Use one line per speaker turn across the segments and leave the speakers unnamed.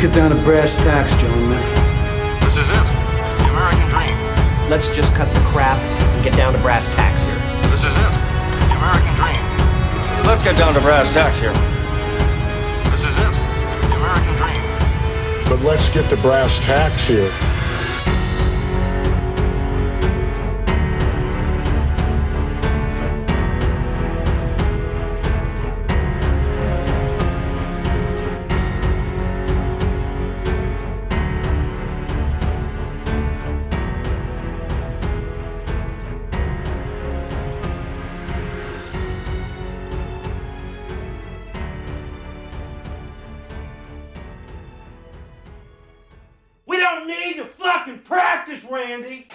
get down to brass tacks, gentlemen.
This is it. The American dream.
Let's just cut the crap and get down to brass tacks here.
This is it. The American dream.
Let's get down to brass tacks here.
This is it. The American dream.
But let's get to brass tacks here.
We don't need to fucking practice, Randy.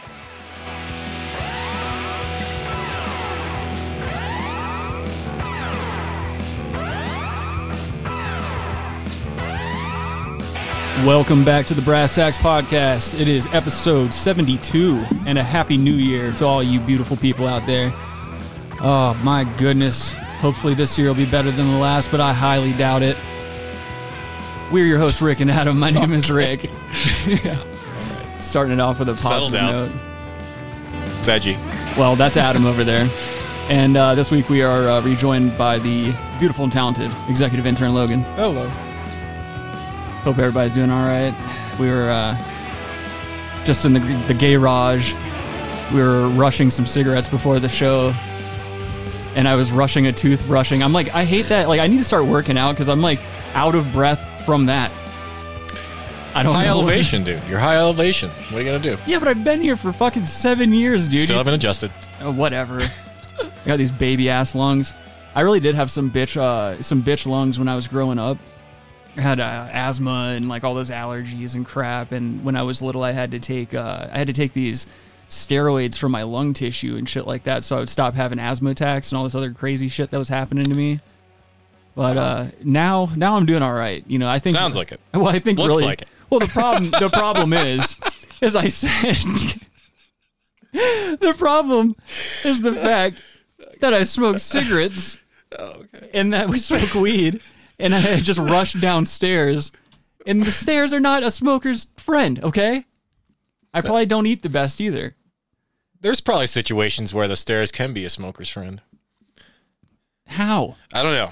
Welcome back to the Brass Tacks Podcast. It is episode 72, and a happy new year to all you beautiful people out there. Oh, my goodness. Hopefully, this year will be better than the last, but I highly doubt it. We're your hosts, Rick and Adam. My name is Rick. Starting it off with a
Settle
positive
down.
note.
Veggie.
Well, that's Adam over there. And uh, this week we are uh, rejoined by the beautiful and talented executive intern Logan. Hello. Hope everybody's doing all right. We were uh, just in the the garage. We were rushing some cigarettes before the show, and I was rushing a tooth brushing. I'm like, I hate that. Like, I need to start working out because I'm like out of breath from that. I don't
High
know.
elevation, dude. You're high elevation. What are you gonna do?
Yeah, but I've been here for fucking seven years, dude.
Still haven't adjusted.
Uh, whatever. I got these baby ass lungs. I really did have some bitch, uh, some bitch lungs when I was growing up. I had uh, asthma and like all those allergies and crap. And when I was little, I had to take, uh, I had to take these steroids for my lung tissue and shit like that, so I would stop having asthma attacks and all this other crazy shit that was happening to me. But uh, now, now I'm doing all right. You know, I think
Sounds like it.
Well, I think
Looks
really
like it.
Well, the problem, the problem is, as I said. The problem is the fact that I smoke cigarettes and that we smoke weed, and I just rushed downstairs. And the stairs are not a smoker's friend, okay? I probably don't eat the best either.
There's probably situations where the stairs can be a smoker's friend.
How?
I don't know.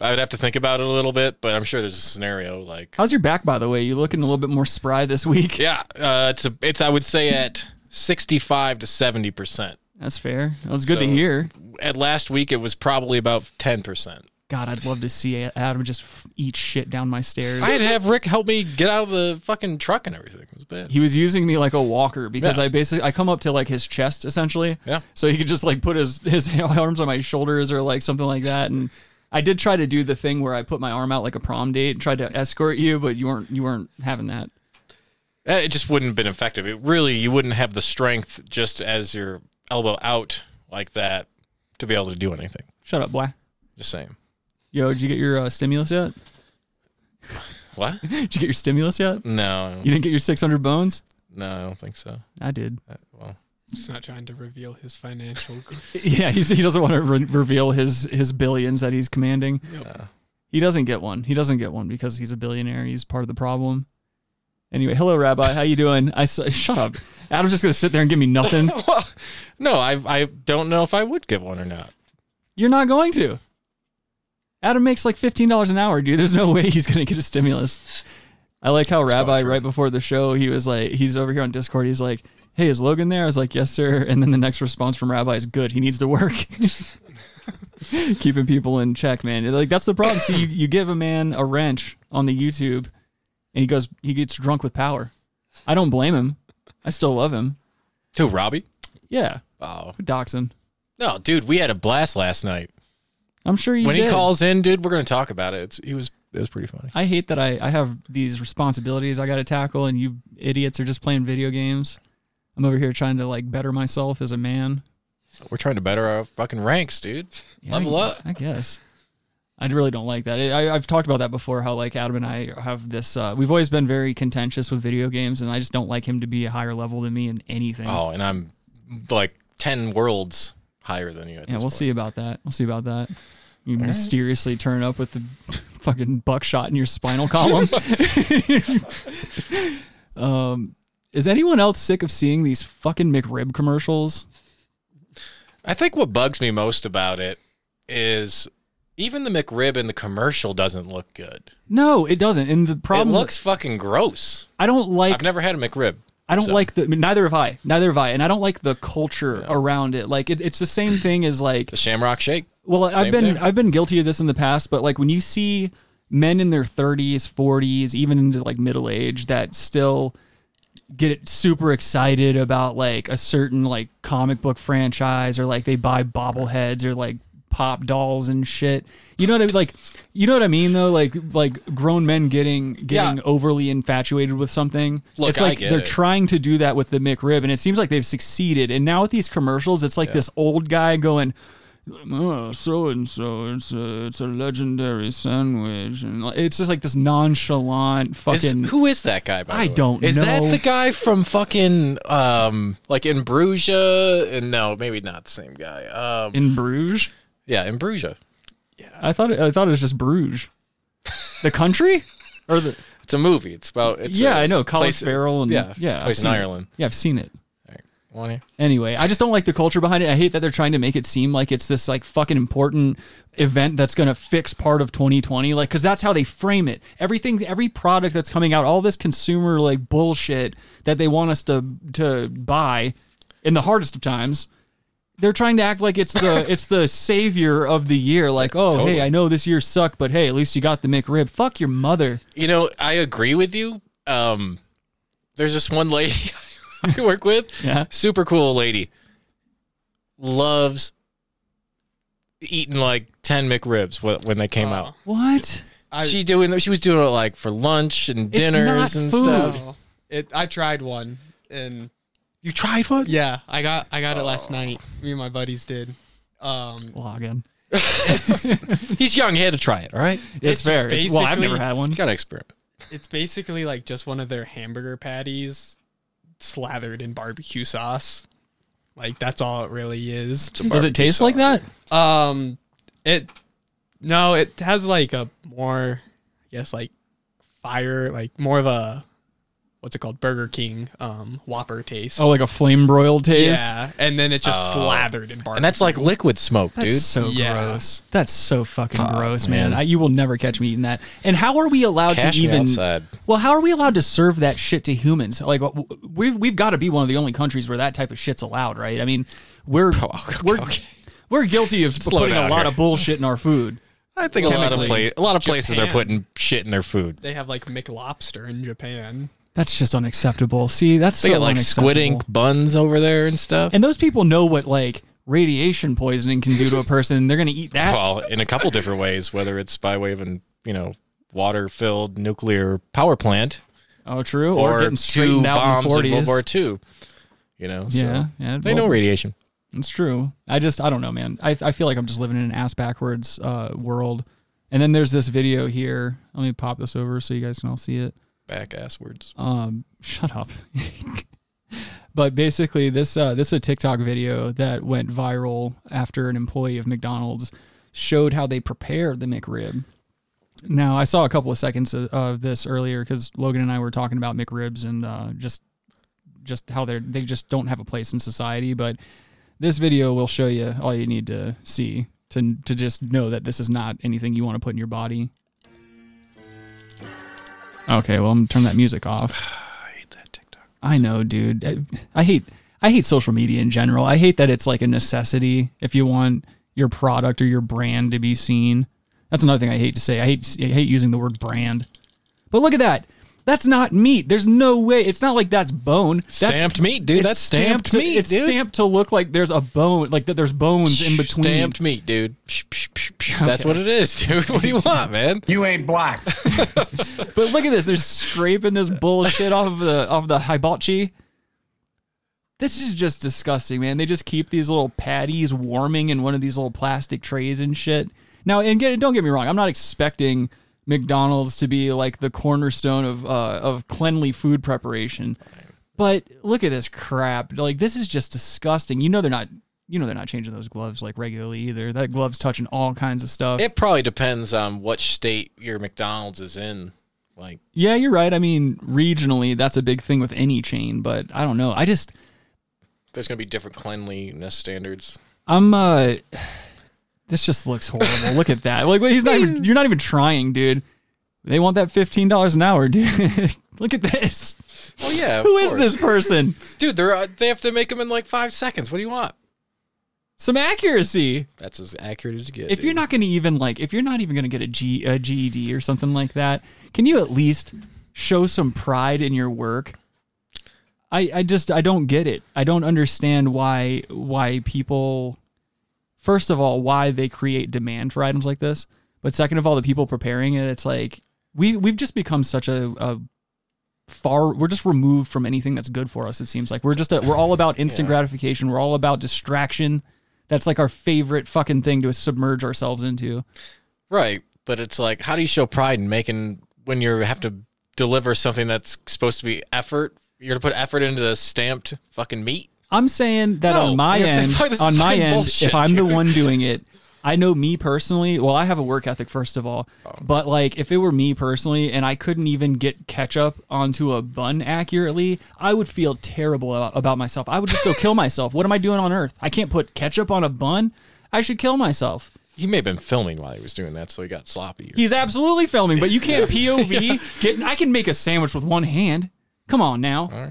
I would have to think about it a little bit, but I'm sure there's a scenario like
How's your back, by the way? You looking a little bit more spry this week?
yeah, uh, it's a it's I would say at 65 to 70 percent.
That's fair. That was good to
So-
hear.
At last week, it was probably about 10 percent.
God, I'd love to see Adam just f- eat shit down my stairs.
I had to have Rick help me get out of the fucking truck and everything. It was bad.
he was using me like a walker because
Yeah.
I basically I come up to like his chest essentially.
Yeah.
So he could just like put his his arms on my shoulders or like something like that. And I did try to do the thing where I put my arm out like a prom date and tried to escort you, but you weren't you weren't having that.
Eh, It just wouldn't have been effective. It really, you wouldn't have the strength just as your elbow out like that to be able to do anything.
Shut up, boy.
Just saying.
Yo, did you get your uh, stimulus yet?
What?
Did you get your stimulus yet?
No,
You didn't get your 600 bones?
no, I don't think so.
I did.
Uh, Well,
He's not trying to reveal his financial. gr-
Yeah, he's, he doesn't want to re- reveal his his billions that he's commanding.
Yep.
He doesn't get one. He doesn't get one because he's a billionaire. He's part of the problem. Anyway, hello, Rabbi. How you doing? I s- shut up. Adam's just gonna sit there and give me nothing.
well no, I I don't know if I would give one or not.
You're not going to. Adam makes like fifteen dollars an hour, dude. There's no way he's gonna get a stimulus. I like how Rabbi right before the show he was like he's over here on Discord. He's like, "Hey, is Logan there?" I was like, "Yes, sir." And then the next response from Rabbi is, "Good. He needs to work." Keeping people in check, man. Like that's the problem. See, you, you give a man a wrench on the YouTube, and he goes he gets drunk with power. I don't blame him. I still love him.
Who, Robbie?
Yeah,
Oh
dox him.
no, dude, we had a blast last night.
I'm sure you
when he
did.
calls in, dude, we're gonna talk about it. It's, he was it was pretty funny.
I hate that I, I have these responsibilities I got to tackle, and you idiots are just playing video games. I'm over here trying to like better myself as a man.
We're trying to better our fucking ranks, dude.
Yeah,
Level
I,
up.
I guess. I really don't like that. I, I've talked about that before. How like Adam and I have this. Uh, we've always been very contentious with video games, and I just don't like him to be a higher level than me in anything.
Oh, and I'm like ten worlds higher than you. At this
yeah, we'll
point.
see about that. We'll see about that. You mysteriously turn up with the fucking buckshot in your spinal column. um, is anyone else sick of seeing these fucking McRib commercials?
I think what bugs me most about it is even the McRib in the commercial doesn't look good.
No, it doesn't. And the problem
it looks fucking gross.
I don't like
I've never had a McRib.
I don't
So-
like the. I mean, neither have I. Neither have I. And I don't like the culture around it. Like it, it's the same thing as like.
The Shamrock Shake.
Well, I've
same
been
thing.
I've been guilty of this in the past, but like when you see men in their 30s, 40s, even into like middle age that still get super excited about like a certain like comic book franchise or like they buy bobbleheads or like pop dolls and shit. You know what I mean? Like you know what I mean though? Like like grown men getting getting
Yeah.
overly infatuated with something.
Look,
it's like
I get
they're
it.
trying to do that with the McRib and it seems like they've succeeded. And now with these commercials, it's like this old guy going, oh, so and so, it's a it's a legendary sandwich, and like, it's just like this nonchalant
Is-
fucking.
who is that guy? By the
I
way?
don't
Is
know.
that the guy from fucking um like in Bruges? And no, maybe not the same guy. Um,
in Bruges?
yeah, in Bruges.
I thought it, I thought it was just Bruges, the country, or the
It's a movie. It's about it's
yeah
I
I know Colin Farrell and
yeah, it's
yeah
a
I've
place in
seen it.
Ireland.
Yeah, I've seen it.
Want to-
Anyway, I just don't like the culture behind it. I hate that they're trying to make it seem like it's this like fucking important event that's going to fix part of 2020 like cuz that's how they frame it. Everything every product that's coming out, all this consumer like bullshit that they want us to to buy in the hardest of times, they're trying to act like it's the it's the savior of the year like, "Oh,
Totally.
hey, I know this year sucked, but hey, at least you got the McRib." Fuck your mother.
You know, I agree with you. Um, there's this one lady I work with.
Yeah.
Super cool lady. Loves eating like 10 McRibs wh- when they came out.
What?
I,
she doing she was doing it like for lunch and
It's
dinners
not
and
food.
stuff.
oh, it, I tried one, and
You tried one?
yeah, I got I got it last night. Me and my buddies did. Um,
Login.
He's young, he had to try it, all right?
It's,
It's
fair. It's- well, I've never
basically-
had one.
You gotta experiment.
it's basically like just one of their hamburger patties slathered in barbecue sauce. Like that's all it really is.
Does it taste like that?
Um, it no, it has like a more, I guess like fire, like more of a what's it called, Burger King um Whopper taste.
Oh, like a flame broiled taste. Oh,
yeah, and then it's just
Oh.
slathered in barbecue.
And that's like liquid smoke,
That's
dude.
so
Yeah.
gross. That's so fucking gross, man.
man.
I, you will never catch me eating that. And how are we allowed
Cash
to
me
even?
outside.
Well, how are we allowed to serve that shit to humans? Like w- w- we've we've got to be one of the only countries where that type of shit's allowed, right? I mean, we're
Oh, okay,
we're
okay.
we're guilty of
Slow
putting a
down
lot
here.
of bullshit in our food.
I think a lot of
Chemically.
pla- a lot of places are
Japan.
putting shit in their food.
they have like McLobster in Japan.
That's just unacceptable. See, that's
They
so
got like squid
unacceptable.
ink buns over there and stuff.
And those people know what like radiation poisoning can do to a person. They're gonna eat that.
well, in a couple different ways, whether it's by way of an you know water filled nuclear power plant
Oh, true. Or,
or, two
getting straightened out
bombs
in
in
the 40s.
World War II. You know, so
Yeah, yeah,
they
well-
know radiation.
It's true. I just I don't know, man. I I feel like I'm just living in an ass backwards uh, world. And then there's this video here. Let me pop this over so you guys can all see it.
Back ass words.
Um, shut up. but basically, this uh, this is a TikTok video that went viral after an employee of McDonald's showed how they prepare the McRib. Now, I saw a couple of seconds of, of this earlier because Logan and I were talking about McRibs and uh, just just how they are they just don't have a place in society. But this video will show you all you need to see to to just know that this is not anything you want to put in your body. Okay, well, I'm gonna turn that music off. I know, dude. I, I hate I hate social media in general. I hate that it's like a necessity if you want your product or your brand to be seen. That's another thing I hate to say. I hate I hate using the word brand. But look at that. That's not meat. There's no way. It's not like that's bone. That's,
Stamped meat, dude.
it's
That's stamped,
to-
meat.
It's
dude.
stamped to look like there's a bone, like that. There's bones in between.
Stamped meat, dude. Psh, psh, psh, psh. That's what it is, dude. What do you want, man?
You ain't black.
But look at this. They're scraping this bullshit off of the off the hibachi. This is just disgusting, man. They just keep these little patties warming in one of these little plastic trays and shit. Now, and get, don't get me wrong, I'm not expecting McDonald's to be like the cornerstone of uh, of cleanly food preparation. But look at this crap. Like this is just disgusting. You know they're not. you know they're not changing those gloves like regularly either. That glove's touching all kinds of stuff.
It probably depends on what state your McDonald's is in. Like,
Yeah, you're right. I mean, regionally, that's a big thing with any chain, but I don't know. I just
there's going to be different cleanliness standards.
I'm uh this just looks horrible. Look at that. Like wait, he's not even you're not even trying, dude. They want that fifteen dollars an hour, dude. Look at this.
Oh yeah, of
Who is
course.
this person?
dude? They're uh, they have to make them in like five seconds. What do you want?
Some accuracy.
That's as accurate as you get.
If you're
dude.
not gonna even like if you're not even gonna get a G a GED or something like that, can you at least show some pride in your work? I, I just I don't get it. I don't understand why why people first of all, why they create demand for items like this. But second of all, the people preparing it, it's like we we've just become such a, a far we're just removed from anything that's good for us, it seems like. We're just a, we're all about instant gratification. We're all about distraction. That's like our favorite fucking thing to submerge ourselves into.
right, but it's like, how do you show pride in making when you have to deliver something that's supposed to be effort? You're gonna put effort into the stamped fucking meat.
I'm saying that
No,
on my
I'm gonna say,
end,
fuck, this is
on my
fucking
end,
bullshit,
if I'm
dude.
the one doing it, I know me personally. Well, I have a work ethic first of all,
Oh.
but like if it were me personally and I couldn't even get ketchup onto a bun accurately, I would feel terrible about, about myself. I would just go kill myself. What am I doing on earth? I can't put ketchup on a bun. I should kill myself.
He may have been filming while he was doing that, so he got sloppy.
He's absolutely filming, but you can't POV. Get I can make a sandwich with one hand. Come on now.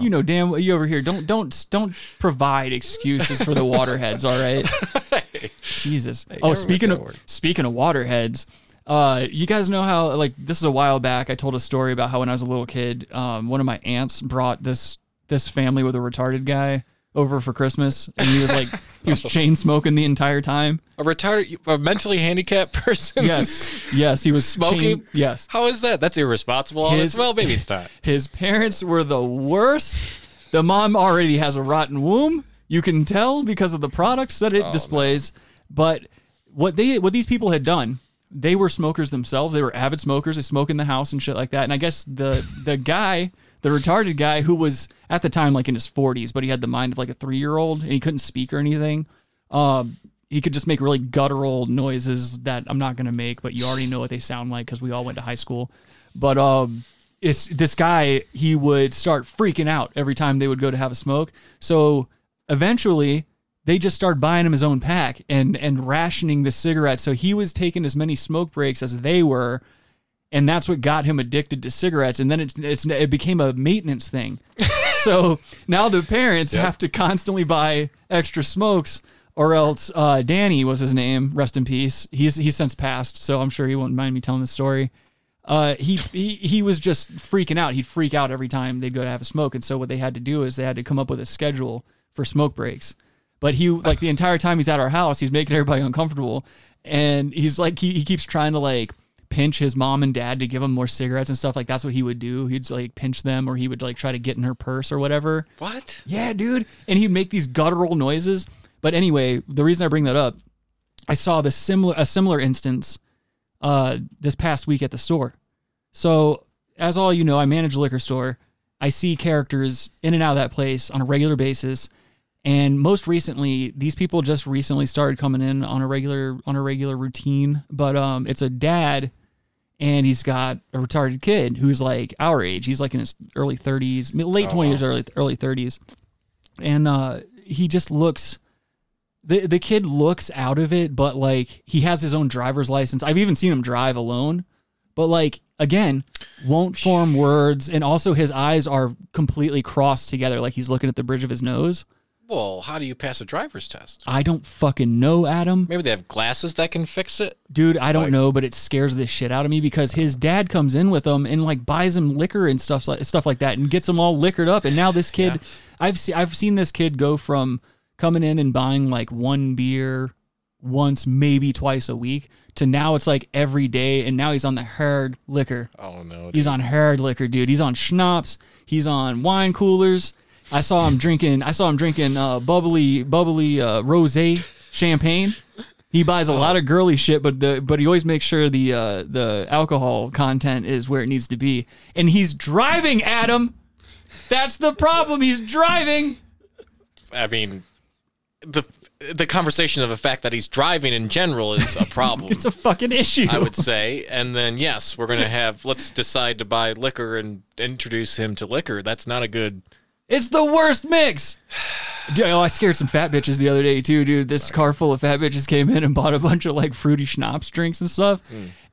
You know damn well you over here. Don't don't don't provide excuses for the waterheads. All right. Jesus. oh,
everyone's
speaking
got
of
a word.
speaking of waterheads, uh, you guys know how like this is a while back. I told a story about how when I was a little kid, um, one of my aunts brought this this family with a retarded guy over for Christmas, and he was like he was chain smoking the entire time.
a retarded, a mentally handicapped person.
Yes, yes, he was
Smoking?
chain- yes,
How is that? That's irresponsible.
His-
well, maybe it's not.
His parents were the worst. The mom already has a rotten womb. You can tell because of the products that it displays. But what they what these people had done, they were smokers themselves. They were avid smokers. They smoke in the house and shit like that. And I guess the the guy, the retarded guy who was at the time like in his 40s, but he had the mind of like a 3-year-old and he couldn't speak or anything. Um he could just make really guttural noises that I'm not gonna make, but you already know what they sound like because we all went to high school. But um, it's this guy. He would start freaking out every time they would go to have a smoke. So eventually, they just started buying him his own pack and and rationing the cigarettes. So he was taking as many smoke breaks as they were, and that's what got him addicted to cigarettes. And then it's it's it became a maintenance thing. so now the parents have to constantly buy extra smokes. Or else, uh, Danny was his name. Rest in peace. He's he's since passed, so I'm sure he won't mind me telling this story uh, he, he he was just freaking out. He'd freak out every time they'd go to have a smoke. And so what they had to do is they had to come up with a schedule for smoke breaks. But he like the entire time he's at our house, he's making everybody uncomfortable. And he's like he, he keeps trying to like pinch his mom and dad to give him more cigarettes and stuff. Like that's what he would do. He'd like pinch them or he would like try to get in her purse or whatever.
What?
Yeah, dude. And he'd make these guttural noises. But anyway, the reason I bring that up, I saw this similar a similar instance uh, this past week at the store. So, as all you know, I manage a liquor store. I see characters in and out of that place on a regular basis. And most recently, these people just recently started coming in on a regular on a regular routine. But um, it's a dad, and he's got a retarded kid who's like our age. He's like in his early thirties, late twenties, early early thirties, and uh, he just looks the the kid looks out of it, but like he has his own driver's license. I've even seen him drive alone, but like again, won't form words, and also his eyes are completely crossed together, like he's looking at the bridge of his nose.
Well, how do you pass a driver's test?
I don't fucking know, Adam,
Maybe they have glasses that can fix it.
dude. I don't know, but it scares the shit out of me because his dad comes in with him and like buys him liquor and stuff like stuff like that, and gets him all liquored up, and now this kid, I've seen I've seen this kid go from coming in and buying like one beer once, maybe twice a week, to now it's like every day, and now he's on the herd liquor.
Oh no.
He's on hard liquor, dude. He's on schnapps. He's on wine coolers. I saw him drinking. I saw him drinking uh, bubbly, bubbly uh, rosé champagne. He buys a lot of girly shit, but the but he always makes sure the uh, the alcohol content is where it needs to be. And he's driving, Adam. That's the problem. He's driving.
I mean,
the the conversation of the fact that he's driving in general is a problem.
It's a fucking issue.
I would say. And then yes, we're gonna have let's decide to buy liquor and introduce him to liquor. That's not a good
It's the worst mix. Dude, oh, I scared some fat bitches the other day too, dude. This car full of fat bitches came in and bought a bunch of like fruity schnapps drinks and stuff.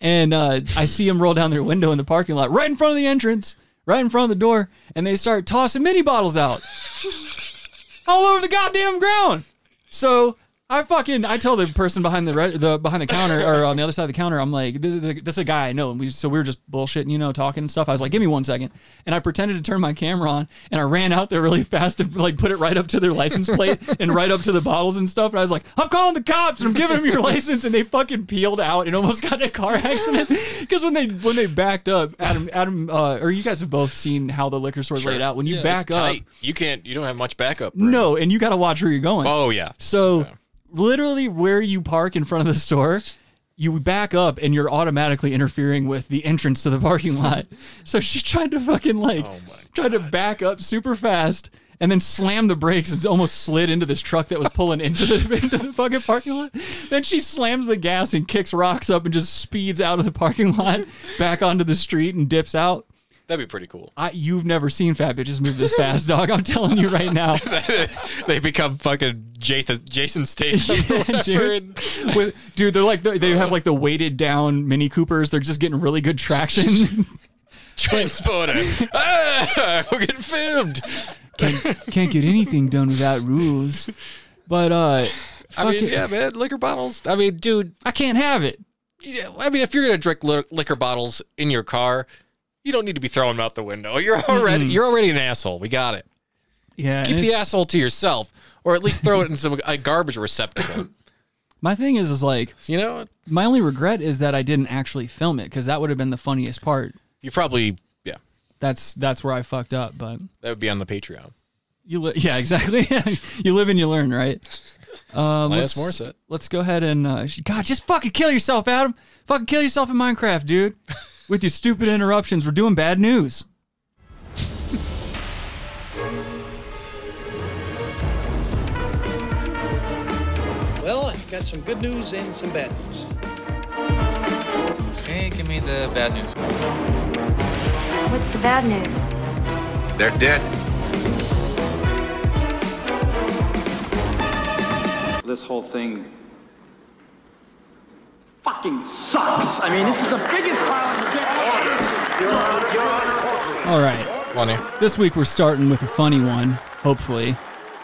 And uh, I see them roll down their window in the parking lot, right in front of the entrance, right in front of the door, and they start tossing mini bottles out all over the goddamn ground. So I fucking I tell the person behind the re- the behind the counter or on the other side of the counter, I'm like, this is a, this is a guy I know, and we so we were just bullshitting, you know, talking and stuff. I was like, give me one second, and I pretended to turn my camera on, and I ran out there really fast to like put it right up to their license plate and right up to the bottles and stuff. And I was like, I'm calling the cops, and I'm giving them your license, and they fucking peeled out and almost got in a car accident because when they when they backed up, Adam Adam uh, or you guys have both seen how the liquor store's laid out. When you back
it's
up,
tight. You can't you don't have much backup. room.
no, and you got to watch where you're going.
Oh yeah.
So literally where you park in front of the store, you back up and you're automatically interfering with the entrance to the parking lot. so she tried to fucking like
Oh,
tried to back up super fast and then slammed the brakes and almost slid into this truck that was pulling into the into the fucking parking lot. Then she slams the gas and kicks rocks up and just speeds out of the parking lot back onto the street and dips out.
That'd be pretty cool.
I, you've never seen fat bitches move this fast, dog. I'm telling you right now.
they become fucking Jason Jason Statham. or whatever
dude. With, dude, they're like they have like the weighted down Mini Coopers. They're just getting really good traction.
Transporter. ah, we're getting filmed.
can't, can't get anything done without rules. But uh, fuck
I mean,
it.
yeah, man, liquor bottles. I mean, dude,
I can't have it.
yeah, I mean, if you're gonna drink li- liquor bottles in your car, you don't need to be throwing them out the window. You're already you're already an asshole. We got it.
Yeah,
Keep the asshole to yourself, or at least throw it in some a garbage receptacle.
My thing is, is like
you know,
my only regret is that I didn't actually film it because that would have been the funniest part.
you probably yeah,
That's that's where I fucked up. But
that would be on the Patreon.
you, li- yeah, exactly. you live and you learn, right? Um,
Alanis
let's-
Morissette.
let's go ahead and uh, sh- God, just fucking kill yourself, Adam. Fucking kill yourself in Minecraft, dude. With your stupid interruptions, we're doing bad news.
Well, I've got some good news and some bad news.
Hey, give me the bad news.
What's the bad news?
They're dead.
This whole thing fucking sucks. I mean, this is the biggest pile of shit.
All right,
Funny.
this week we're starting with a funny one, hopefully.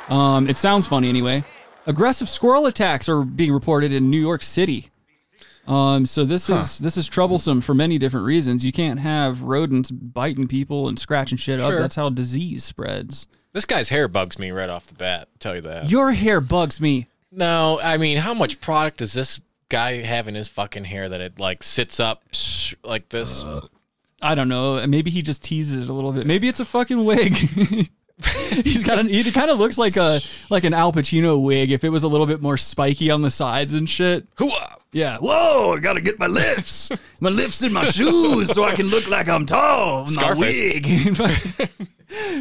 Um, it sounds funny anyway. Aggressive squirrel attacks are being reported in New York City. Um, so this is this is troublesome for many different reasons. You can't have rodents biting people and scratching shit up.
Sure.
That's how disease spreads.
This guy's hair bugs me right off the bat. Tell you that.
Your hair bugs me.
No, I mean, how much product does this guy have in his fucking hair that it like sits up sh- like this?
I don't know. Maybe he just teases it a little bit. Maybe it's a fucking wig. He's got an. He kind of looks like a like an Al Pacino wig if it was a little bit more spiky on the sides and shit.
Hoo-ah!
Yeah. Whoa! I gotta get my lifts. My uh, lifts in my shoes so I can look like I'm tall. My wig.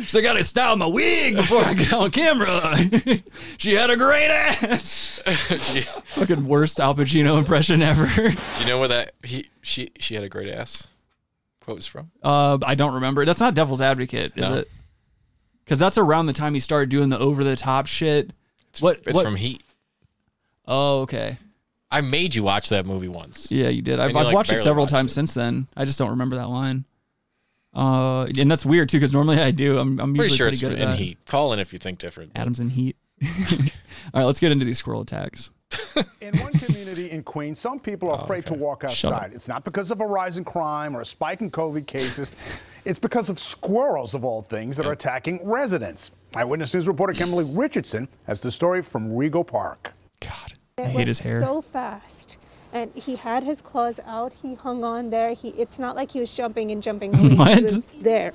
so I gotta style my wig before I get on camera. she had a great ass. Fucking worst Al Pacino impression ever.
Do you know where that he she she had a great ass quote was from?
Uh, I don't remember. That's not Devil's Advocate, is
No.
it? Because that's around the time he started doing the over the top shit. what?
It's
what-
from Heat.
Oh, okay.
I made you watch that movie once.
Yeah, you did. I've,
you,
I've
like,
watched it
barely
several
watched
times
it.
since then. I just don't remember that line. Uh, and that's weird too, because normally I do. I'm, I'm
Pretty
usually
sure
pretty
it's
good
from
at
in
that.
Heat. Call in if you think different.
Adams in heat. All right, let's get into these squirrel attacks.
In one community in Queens, some people are afraid to walk outside. It's not because of a rise in crime or a spike in COVID cases. It's because of squirrels, of all things, that are attacking residents. Eyewitness News reporter Kimberly Richardson has the story from Rego Park.
God, I hate his hair.
So fast. And he had his claws out. He hung on there. He, it's not like he was jumping and jumping. away. He
What?
was there.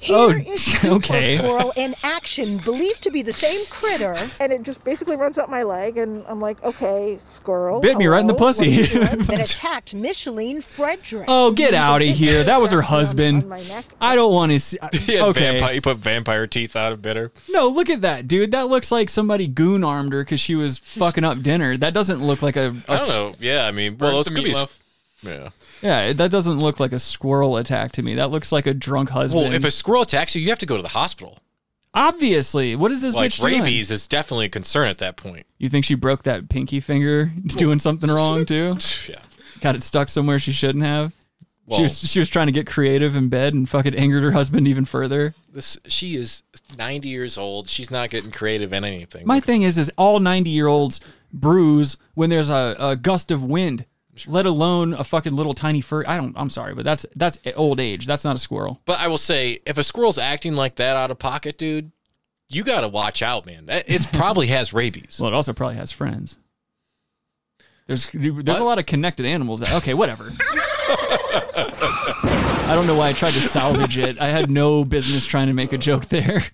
Here
Oh,
is super
okay.
squirrel in action, believed to be the same critter, and it just basically runs up my leg, and I'm like, okay, squirrel.
Bit me right in the
hello, what are you
pussy.
doing? that attacked Micheline Frederick.
Oh, get out of here. That was her husband. I don't want to see.
He had
Okay.
vampire, he put vampire teeth out of bitter.
No, look at that, dude. That looks like somebody goon armed her because she was fucking up dinner. That doesn't look like a. a
I don't know. Yeah, I mean, well,
Burnt
those
the
could be.
meatloaf.
Yeah.
Yeah, that doesn't look like a squirrel attack to me. That looks like a drunk husband.
Well, if a squirrel attacks you, you have to go to the hospital.
Obviously, what is this
like
bitch doing?
rabies is definitely a concern at that point.
You think she broke that pinky finger doing something wrong too?
Yeah.
Got it stuck somewhere she shouldn't have.
Well-
she was she was trying to get creative in bed and fucking angered her husband even further.
This she is 90 years old. She's not getting creative in anything.
My thing is, is all ninety year olds bruise when there's a, a gust of wind, let alone a fucking little tiny fur. I don't. I'm sorry, but that's that's old age. That's not a squirrel.
But I will say, if a squirrel's acting like that out of pocket, dude, you got to watch out, man. That it probably has rabies.
Well, it also probably has friends. There's there's a lot of connected animals. That, okay, whatever. I don't know why I tried to salvage it. I had no business trying to make a joke there.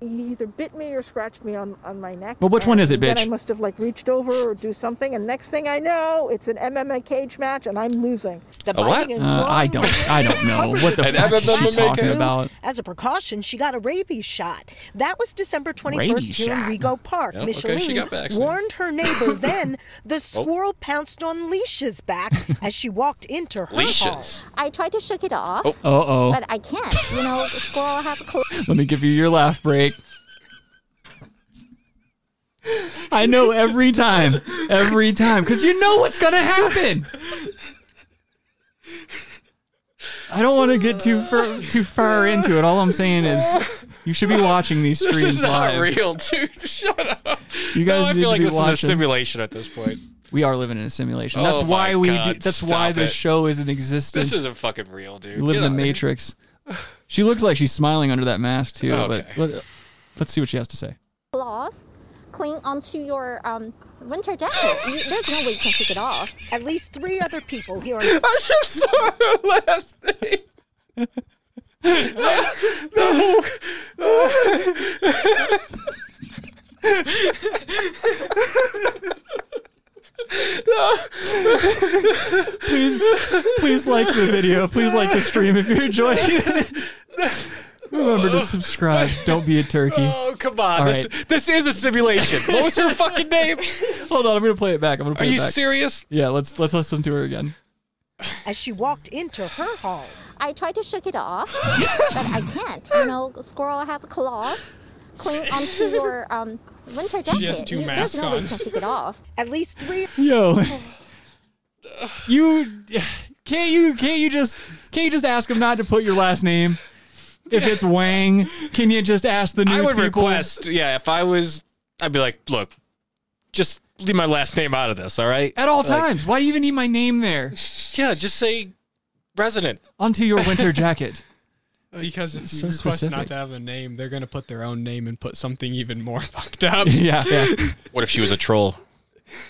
He either bit me or scratched me on, on my neck.
Well, which one is it,
And Then
bitch?
I must have like reached over or do something, and next thing I know, it's an MMA cage match, and I'm losing.
The
Uh, I don't. I don't know what the fuck is she talking about.
As a precaution, she got a rabies shot. That was December 21st
Rabies
here in
shot.
Rigo Park.
Yep, okay, she
Micheline
got vaccinated.
warned her neighbor then
Oh.
the squirrel pounced on Leisha's back as she walked into her home.
Leisha's? I tried to shake it off,
Oh. Uh-oh.
but I can't. You know, the squirrel has cl-
Let me give you your laugh break. I know every time, every time, because you know what's gonna happen. I don't want to get too far, too far into it. All I'm saying is, you should be watching these streams
this is
live.
not real, dude. Shut up.
You guys
no, I
need to
feel like
be
this is a
watching.
simulation at this point.
We are living in a simulation. That's
Oh
why
my
we.
God,
do, that's why
stop
the
it.
show is in existence.
This isn't fucking real, dude.
You live
Get
in
out of
the
here.
Matrix. She looks like she's smiling under that mask too.
Okay.
But let, let's see what she has to say.
claws cling onto your um, winter jacket. You, there's no way you can shake it off.
At least three other people here on
I
just saw her last name.
No.
please, please like the video. Please like the stream if you're enjoying it. Remember to subscribe. Don't be a turkey.
Oh come on!
All
this, this is a simulation. What was her fucking name?
Hold on, I'm gonna play it back. I'm gonna
Are
play it
you
back.
serious?
Yeah, let's let's listen to her again.
As she walked into her home.
I tried to shake it off, but I can't. You know, the squirrel has claws cling onto your um, winter jacket.
She has two
you,
masks
there's no way
on.
you can shake it off. Oh.
At least three.
Yo, you can't you can't you just can't you just ask him not to put your last name if it's Wang? Can you just ask the news
I would
people?
request. Yeah, if I was, I'd be like, look, just leave my last name out of this. All right.
at all
Like,
times? Why do you even need my name there
Yeah, just say resident.
onto your winter jacket?
Uh, Because if you
So
request
specific.
not to have a name, they're gonna put their own name and put something even more fucked
um,
up.
Yeah, yeah.
What if she was a troll?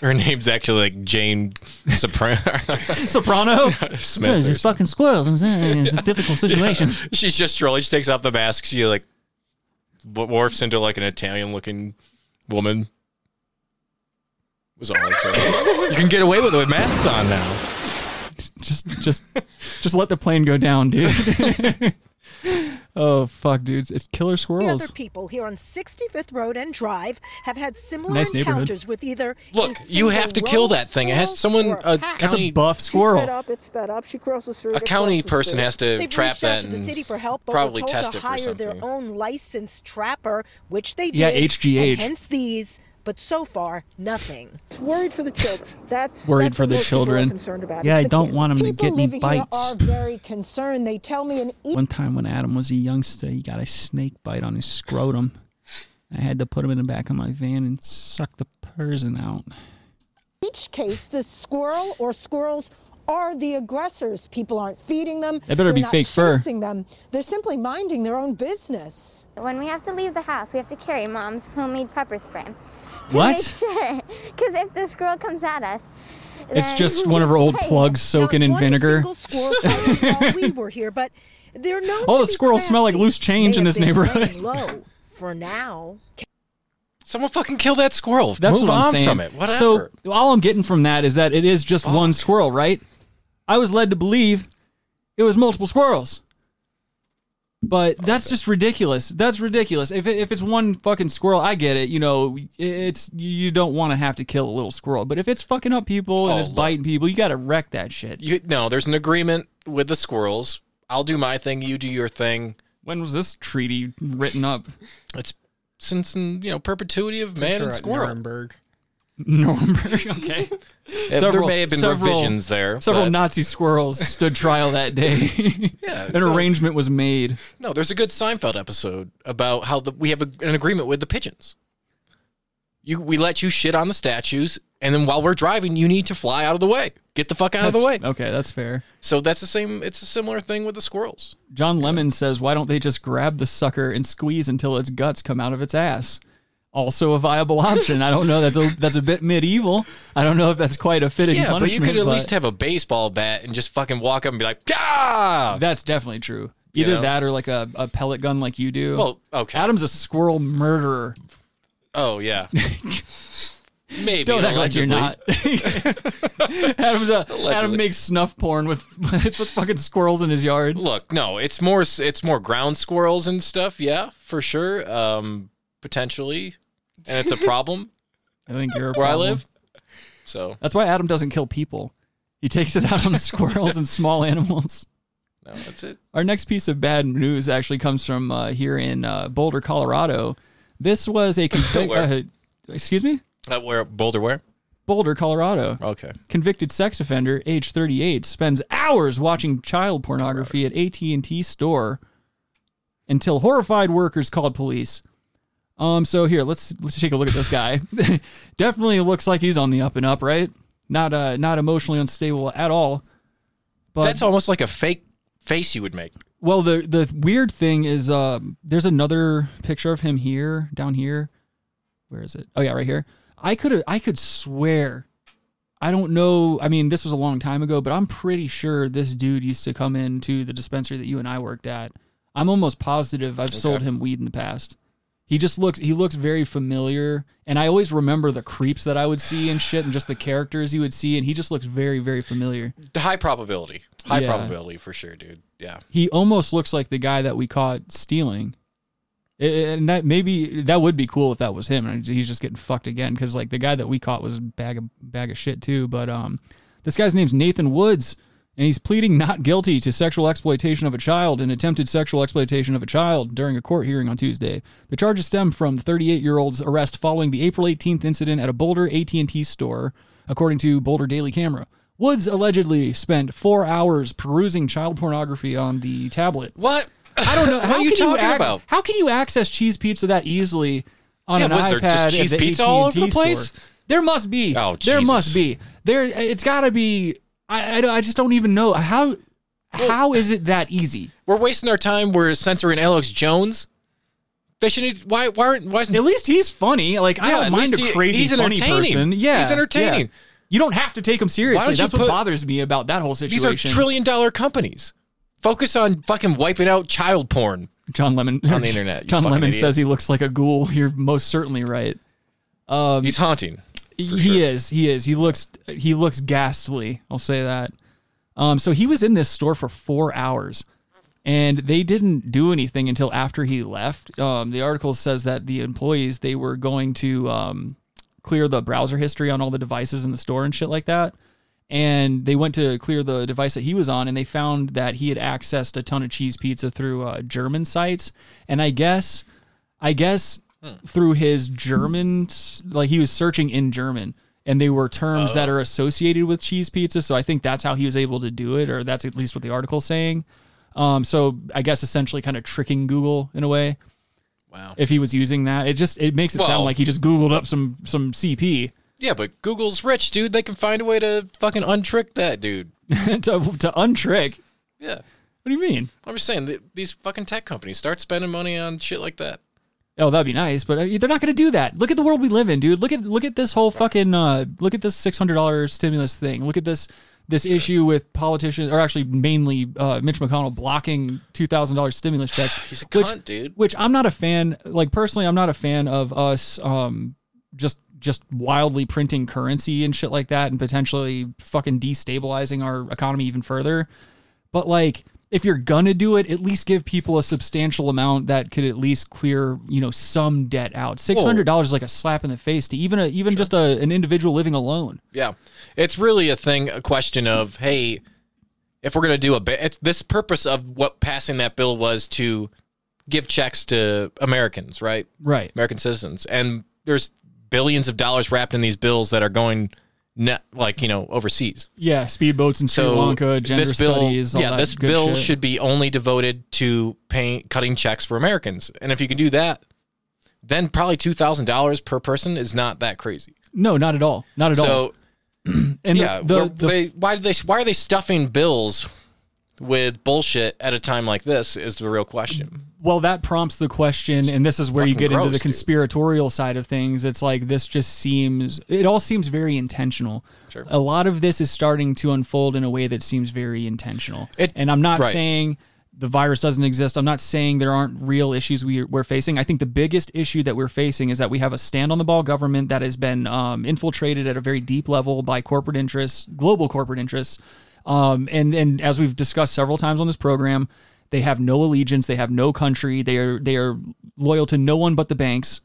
Her name's actually like Jane Soprano.
Soprano.
Smith. or
fucking squirrels. I'm saying it's a difficult situation.
She's just trolling. She takes off the mask. She like w- morphs into like an Italian looking woman. Was all I said. You can get away with it with masks on now.
Just, just, just let the plane go down, dude. oh fuck, dudes! It's killer
Three
squirrels.
other people here on 65th Road and Drive have had similar
Nice neighborhood.
encounters with either.
Look, you have to kill that thing. It has someone. A
That's
county,
a buff
Sped
squirrel.
up, it sped up. She crosses through.
A
it
county
crosses
person
through.
has to
They've
trap
reached out
that
to the
and
city for help, but
probably
were told
test
to
it for
hire their
something.
own licensed trapper, which they
Yeah,
did. and
HGH.
hence these, but so far nothing. It's worried for the children. That's
Worried for the children. Yeah, I don't want them to
People
get any
living here
bites.
are very concerned. They tell me an e-
One time when Adam was a youngster, he got a snake bite on his scrotum. I had to put him in the back of my van and suck the person out.
each case, the squirrel or squirrels are the aggressors. People aren't feeding them.
That better
They're
be
not
fake fur.
chasing them. They're simply minding their own business.
When we have to leave the house, we have to carry mom's homemade pepper spray. To
What?
Make sure, because if the squirrel comes at us,
It's
then-
just one of her old
Right.
plugs soaking in
One
vinegar.
single squirrel sighted while we were here, but They're known
All
to
Oh, the
be
squirrels smell like
crafty.
loose change
They
in
have
this
been
neighborhood.
laying Low for now.
Someone fucking kill that squirrel.
That's
Move
what I'm
on
saying.
from it. Whatever.
So all I'm getting from that is that it is just one squirrel, right? I was led to believe it was multiple squirrels. But that's just ridiculous. That's ridiculous. If it, if it's one fucking squirrel, I get it. You know, it's you don't want to have to kill a little squirrel. But if it's fucking up people and
Oh,
it's
look.
biting people, you got to wreck that shit.
You, no, there's an agreement with the squirrels. I'll do my thing. You do your thing.
When was this treaty written up?
It's since in, you know perpetuity of man and squirrel.
Nuremberg.
Nuremberg. Okay.
there may have been revisions there,
Several
but-
Nazi squirrels stood trial that day.
Yeah,
An
no.
arrangement was made.
No, there's a good Seinfeld episode about how the, we have a, an agreement with the pigeons. You, we let you shit on the statues, and then while we're driving, you need to fly out of the way. Get the fuck out of the way.
That's- Okay, that's fair.
So that's the same. It's a similar thing with the squirrels.
John Lemon says, why don't they just grab the sucker and squeeze until its guts come out of its ass? Also a viable option. I don't know. That's a that's a bit medieval. I don't know if that's quite a fitting
yeah, but you
punishment.
could at least have a baseball bat and just fucking walk up and be like, "Yeah."
That's definitely true.
You
Either
know?
that or like a, a pellet gun like you do.
Well, okay.
Adam's a squirrel murderer.
Oh yeah. Maybe.
Don't act like you're
allegedly.
not. Adam's a, Adam
Allegedly.
makes snuff porn with, with fucking squirrels in his yard.
Look, no, it's more s- it's more ground squirrels and stuff. Yeah, for sure. Um, potentially, and it's a problem
I think you're a
where I
problem.
live. So
That's why Adam doesn't kill people. He takes it out on the squirrels and small animals.
no, that's it.
Our next piece of bad news actually comes from uh, here in uh, Boulder, Colorado. This was a
Where?
convict. Uh, excuse me,
Uh, where Boulder, where?
Boulder, Colorado.
Okay.
Convicted sex offender, age 38, spends hours watching child pornography at AT&T store until horrified workers called police. Um, so here, let's let's take a look at this guy. Definitely looks like he's on the up and up, right? Not uh, not emotionally unstable at all. But
that's almost like a fake face you would make.
well, the the weird thing is, um, there's another picture of him here, down here. Where is it? Oh yeah, right here. I could I could swear. I don't know. I mean, this was a long time ago, but I'm pretty sure this dude used to come into the dispensary that you and I worked at. I'm almost positive I've sold him weed in the past. He just looks he looks very familiar, and I always remember the creeps that I would see and shit, and just the characters you would see, and he just looks very very familiar.
High probability. High
Yeah.
probability for sure, dude. Yeah.
he almost looks like the guy that we caught stealing. I- And that maybe that would be cool if that was him, and he's just getting fucked again because like the guy that we caught was a bag of bag of shit too. But um, this guy's name's Nathan Woods, and he's pleading not guilty to sexual exploitation of a child and attempted sexual exploitation of a child during a court hearing on Tuesday. The charges stem from the 38-year-old's arrest following the April 18th incident at a Boulder AT&T store, according to Boulder Daily Camera. Woods allegedly spent four hours perusing child pornography on the tablet.
What?
I don't know.
What are you
can
talking
ac-
about?
How can you access cheese pizza that easily on
Yeah,
an
was
iPad
there just
at
cheese
the
pizza all
AT&T
over the place?
store? There must be.
Oh,
there
Jesus.
must be. There, it's got to be. I, I, don't- I just don't even know how. How is it that easy?
We're wasting our time. We're censoring Alex Jones. They shouldn't. e, Why? Why aren't? Why isn't?
At least he's funny. Like I
Yeah,
don't
at
mind a
least he-
crazy
he's
funny
entertaining.
person. Yeah,
He's entertaining.
yeah. You don't have to take him seriously.
you
That's what
put-
bothers me about that whole
these are
situation.
trillion dollar companies. Focus on fucking wiping out child porn.
John Lemon
on the internet, you
John
fucking
Lemon
idiots.
says he looks like a ghoul. You're most certainly right. Um,
He's haunting.
he is. He is. He looks. He looks ghastly. I'll say that. Um, so he was in this store for four hours, and they didn't do anything until after he left. Um, the article says that the employees they were going to um, clear the browser history on all the devices in the store and shit like that. And they went to clear the device that he was on, and they found that he had accessed a ton of cheese pizza through uh, German sites. And I guess, I guess
Hmm.
through his German, s- like he was searching in German, and they were terms that
Oh.
are associated with cheese pizza. So I think that's how he was able to do it, or that's at least what the article's saying. Um, so I guess essentially kind of tricking Google in a way.
Wow.
If he was using that, it just it makes it sound
Well-
like he just Googled up some some CP.
Yeah, but Google's rich, dude. They can find a way to fucking untrick that dude.
to, to untrick.
Yeah.
What do you mean?
I'm just saying, th- these fucking tech companies start spending money on shit like that.
Oh, that'd be nice, but uh, they're not going to do that. Look at the world we live in, dude. Look at look at this whole fucking uh, look at this six hundred dollar stimulus thing. Look at this this issue with politicians, or actually mainly uh, Mitch McConnell blocking two thousand dollars stimulus checks. He's a which,
cunt, dude.
Which I'm not a fan. Like personally, I'm not a fan of us um, just just wildly printing currency and shit like that, and potentially fucking destabilizing our economy even further. But like, if you're gonna do it, at least give people a substantial amount that could at least clear you know some debt out. Six hundred dollars is like a slap in the face to even a even just a, an individual living alone.
Yeah, it's really a thing, a question of hey, if we're gonna do a ba- it's this purpose of what passing that bill was to give checks to Americans, right?
Right.
American citizens, and there's billions of dollars wrapped in these bills that are going net like you know overseas.
Yeah, speedboats in Sri
So
Lanka, gender
this bill,
studies. All
yeah,
that
this
good
bill
shit.
should be only devoted to paying cutting checks for Americans, and if you can do that, then probably two thousand dollars per person is not that crazy.
No, not at all. Not at all.
so,
And
yeah,
the- the-
we're-
the-
they, why do they why are they stuffing bills with bullshit at a time like this? Is the real question.
Well, that prompts the question, and this is where you
fucking
get into
gross,
the
dude.
conspiratorial side of things. It's like this just seems, it all seems very intentional.
Sure.
A lot of this is starting to unfold in a way that seems very intentional.
It-
and I'm not
right.
saying the virus doesn't exist. I'm not saying there aren't real issues we, we're facing. I think the biggest issue that we're facing is that we have a stand on the ball government that has been um, infiltrated at a very deep level by corporate interests, global corporate interests. Um, and, and as we've discussed several times on this program, they have no allegiance. They have no country. They are they are loyal to no one but the banks,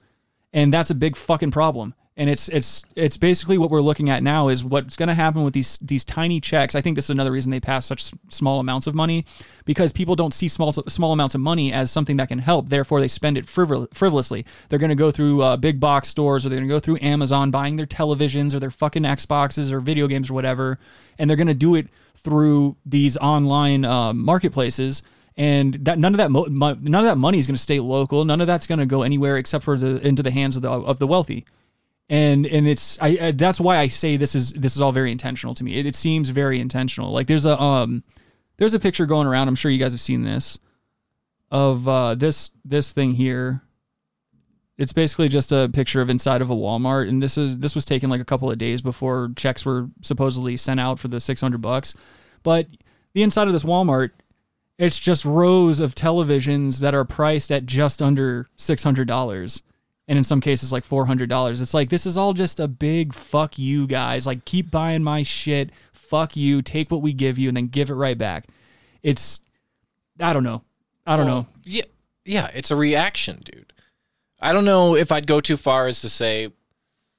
and that's a big fucking problem. And it's it's it's basically what we're looking at now is what's going to happen with these these tiny checks. I think this is another reason they pass such s- small amounts of money, because people don't see small small amounts of money as something that can help. Therefore, they spend it frivol- frivolously. They're going to go through uh, big box stores, or they're going to go through Amazon buying their televisions or their fucking Xboxes or video games or whatever, and they're going to do it through these online uh, marketplaces and that none of that mo- mo- none of that money is going to stay local. None of that's going to go anywhere except for the into the hands of the of the wealthy. And and it's I, I that's why I say this is this is all very intentional to me. It, it seems very intentional. Like there's a um there's a picture going around. I'm sure you guys have seen this of uh, this this thing here. It's basically just a picture of inside of a Walmart, and this is this was taken like a couple of days before checks were supposedly sent out for the six hundred bucks. But the inside of this Walmart, it's just rows of televisions that are priced at just under six hundred dollars, and in some cases like four hundred dollars. It's like this is all just a big fuck you guys. Like keep buying my shit. Fuck you. Take what we give you, and then give it right back. It's I don't know. I don't know.
Yeah, yeah, it's a reaction, dude. I don't know if I'd go too far as to say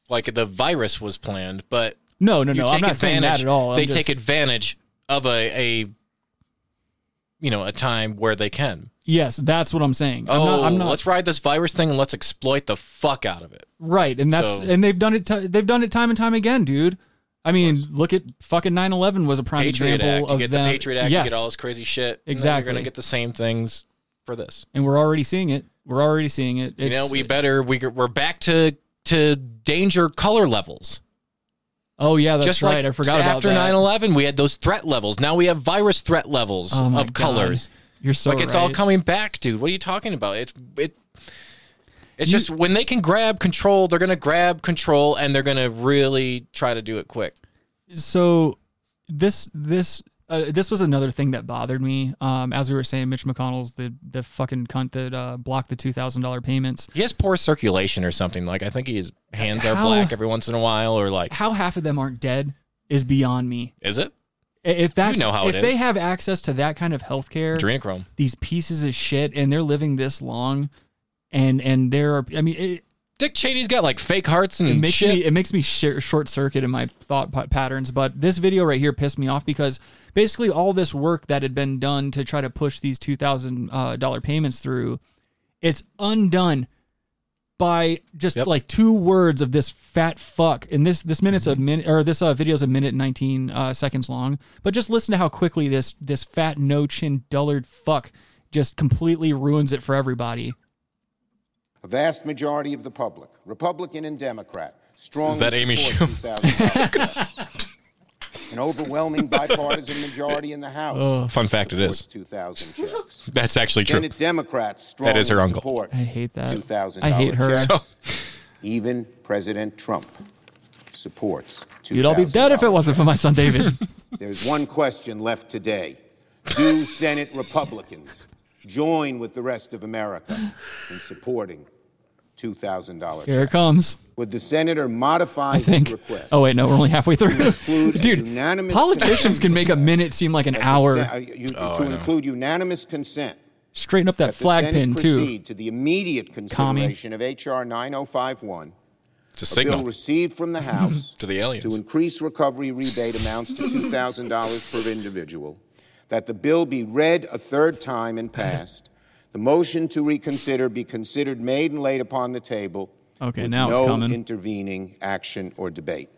like the virus was planned, but
No, no,
you
no. I'm
take
not saying
advantage-
that at all. I'm
They
just-
take advantage of a, a you know a time where they can.
Yes, that's what I'm saying. I'm
oh,
not, I'm not
let's ride this virus thing and let's exploit the fuck out of it.
right, and that's
So-
and they've done it. T- they've done it time and time again, dude. I mean, look at fucking 9/11 was a prime
Patriot
example
Act. You
of
get
them.
the Patriot Act.
yes,
You get all this crazy shit. And
Exactly.
then you're gonna get the same things for this.
and we're already seeing it. We're already seeing it.
you know,
It's-
we better we we're back to to danger color levels.
oh yeah, that's
Just
right.
like
I forgot about
after
that.
9/11, we had those threat levels. Now we have virus threat levels
Oh, my
of
God.
colors.
You're so
like it's all
right.
coming back, dude. What are you talking about? It's it. It's just when they can grab control, they're gonna grab control, and they're gonna really try to do it quick.
so this this uh, this was another thing that bothered me. Um, as we were saying, Mitch McConnell's the the fucking cunt that uh, blocked the two thousand dollar payments.
He has poor circulation or something. Like I think his hands are
How-
black every once in a while, or like
How half of them aren't dead is beyond me.
is it
I- If that's
know how
if
it is.
they have access to that kind of healthcare,
adrenochrome?
these pieces of shit, and they're living this long, and and there are, I mean, it,
Dick Cheney's got like fake hearts and
it makes
shit.
me it makes me shir- short circuit in my thought pa- patterns. But this video right here pissed me off because basically all this work that had been done to try to push these two thousand uh, dollar payments through, it's undone by just like two words of this fat fuck. And this this minute's
Mm-hmm.
a minute or this uh, video's a minute and 19 uh, seconds long. But just listen to how quickly this this fat no chin dullard fuck just completely ruins it for everybody.
A vast majority of the public, Republican and Democrat, strongly
that Amy
support 2000 tax. An overwhelming bipartisan majority in the House.
Oh. Fun fact: it is
2000 checks.
that's actually true.
Senate Democrats strongly
That is her uncle.
support
I hate that.
$2,000
I hate her.
checks. Even President Trump supports
You'd all be dead if it wasn't for my son David.
There's one question left today. Do Senate Republicans join with the rest of America in supporting $2,000?
Here it comes.
Would the senator modify
I think.
his request?
Oh wait, no, we're only halfway through. Dude,
unanimous
politicians can make a minute seem like an
Consent- uh,
hour.
you-
Oh, I
to
know.
include unanimous consent
Straighten up that
the
flag
Senate
pin too.
proceed to the immediate consideration of H.R. 9051,
It's a
bill
signal
received from the House
to the aliens.
to increase recovery rebate amounts to $2,000 per individual, that the bill be read a third time and passed, the motion to reconsider be considered made and laid upon the table
Okay,
with
now
no
it's coming.
intervening action or debate.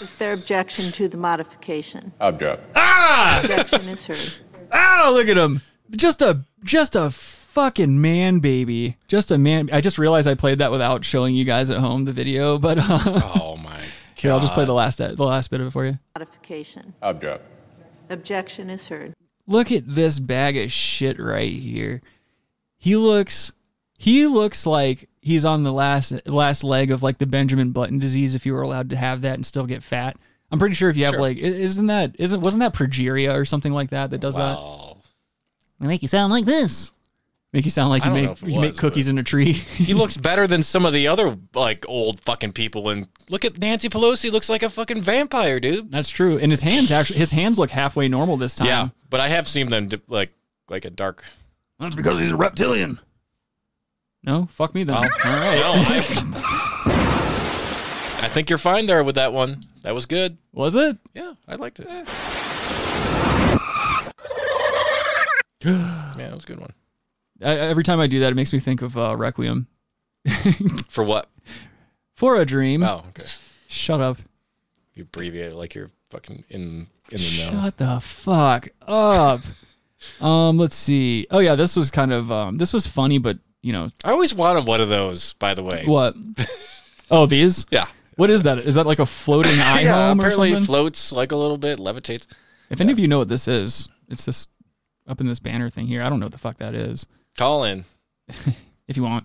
Is there objection to the modification?
Object.
Objection is heard.
Ah, look at him. Just a just a fucking man baby. Just a man. I just realized I played that without showing you guys at home the video, but uh,
oh my.
Here, I'll just play
God.
the last the last bit of it for you.
Modification.
Object.
Objection is heard.
Look at this bag of shit right here. He looks he looks like he's on the last last leg of like the Benjamin Button disease if you were allowed to have that and still get fat. I'm pretty sure if you have
Sure.
like i- isn't that isn't wasn't that progeria or something like that that does that? They make you sound like this. Make you sound like
I
you
don't know
make
if it
you make
was,
cookies in a tree.
He looks better than some of the other like old fucking people. And look at Nancy Pelosi looks like a fucking vampire, dude.
That's true. And his hands actually his hands look halfway normal this time.
Yeah, but I have seen them dip- like like a dark.
That's because he's a reptilian. No, fuck me then. All right.
No, I, I think you're fine there with that one. That was good.
Was it?
Yeah, I liked it. Yeah, it was a good one.
I, every time I do that, it makes me think of uh, Requiem
For what?
for a Dream.
Oh, okay.
Shut up.
You abbreviate it like you're fucking in in the know.
Shut the fuck up. um, let's see. Oh yeah, this was kind of um, this was funny, but you know
I always wanted one of those. By the way,
what? oh, these.
Yeah.
What is that? Is that like a floating
Yeah,
eye home or
apparently it
something?
floats like a little bit, levitates.
if any of you know what this is, it's this up in this banner thing here. I don't know what the fuck that is.
Call in.
if you want.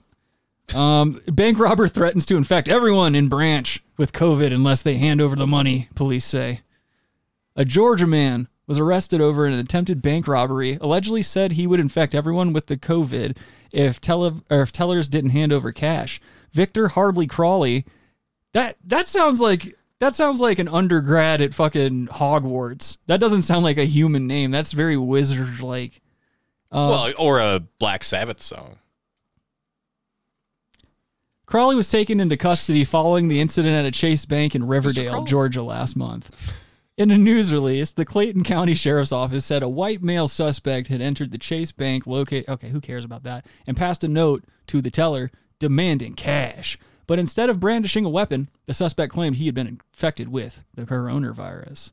Um, bank robber threatens to infect everyone in branch with COVID unless they hand over the money, police say. A Georgia man was arrested over an attempted bank robbery, allegedly said he would infect everyone with the COVID if, tele- or if tellers didn't hand over cash. Victor Hardley Crawley. That that sounds like that sounds like an undergrad at fucking Hogwarts. That doesn't sound like a human name. That's very Uh, wizard like. Oh.
well, or a Black Sabbath song.
Crawley was taken into custody following the incident at a Chase Bank in Riverdale, Georgia last month. In a news release, the Clayton County Sheriff's Office said a white male suspect had entered the Chase Bank located okay, who cares about that? and passed a note to the teller demanding cash. But instead of brandishing a weapon, the suspect claimed he had been infected with the coronavirus.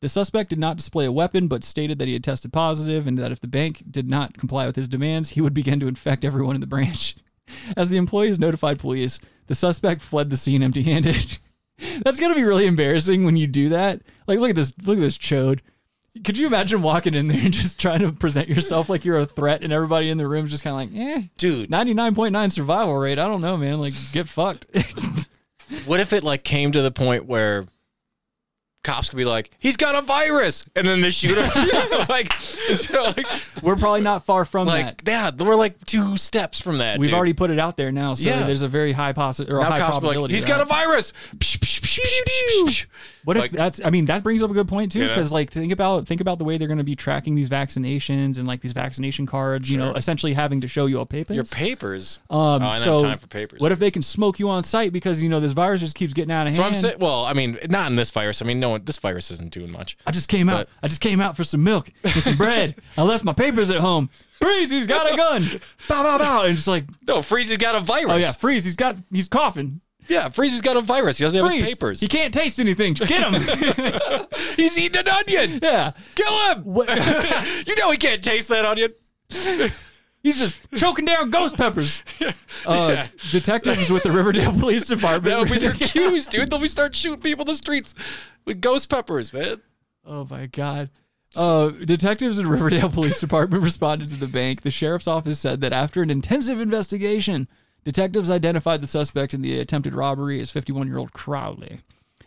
The suspect did not display a weapon, but stated that he had tested positive and that if the bank did not comply with his demands, he would begin to infect everyone in the branch. As the employees notified police, the suspect fled the scene empty handed. That's gonna be really embarrassing when you do that. Like, look at this, look at this chode. Could you imagine walking in there and just trying to present yourself like you're a threat, and everybody in the room's just kind of like, eh,
dude,
ninety nine point nine survival rate. I don't know, man. Like, get fucked.
What if it like came to the point where cops could be like, "He's got a virus," and then they shoot him? like, so, like
we're probably not far from
like, that. Yeah, we're like two steps from that.
We've
dude.
already put it out there now, so
Yeah.
there's a very high possi- or a
now
high
cops will be like,
probability.
"He's
right?
got a virus." Psh, psh, psh, psh, psh, psh.
What if
Like-
that's? I mean, that brings up a good point too,
Yeah.
because like think about think about the way they're going to be tracking these vaccinations and like these vaccination cards. You know,
Sure.
essentially having to show you a paper.
Your papers.
Um,
Oh, I don't
so
have time for papers.
what if they can smoke you on site because you know this virus just keeps getting out of
So I'm
hand?
saying, well, I mean, not in this virus. I mean, no one. This virus isn't doing much.
I just came out. I just came out for some milk and some bread. I left my papers at home. Freeze, he's got a gun. Bow, bow, bow. And it's like,
no, Freezy's got a virus.
Oh yeah, Freeze, he's got, he's coughing.
Yeah, Freezy's got a virus. He doesn't have his
Freeze,
papers.
He can't taste anything. Get him.
He's eating an onion.
Yeah.
Kill him. you know he can't taste that onion.
He's just choking down ghost peppers. Uh, Detectives with the Riverdale Police Department.
That would be their cues, dude. They'll be start shooting people in the streets with ghost peppers, man.
Oh my god. Uh, detectives in Riverdale Police Department responded to the bank. The sheriff's office said that after an intensive investigation, detectives identified the suspect in the attempted robbery as 51 year old Crowley.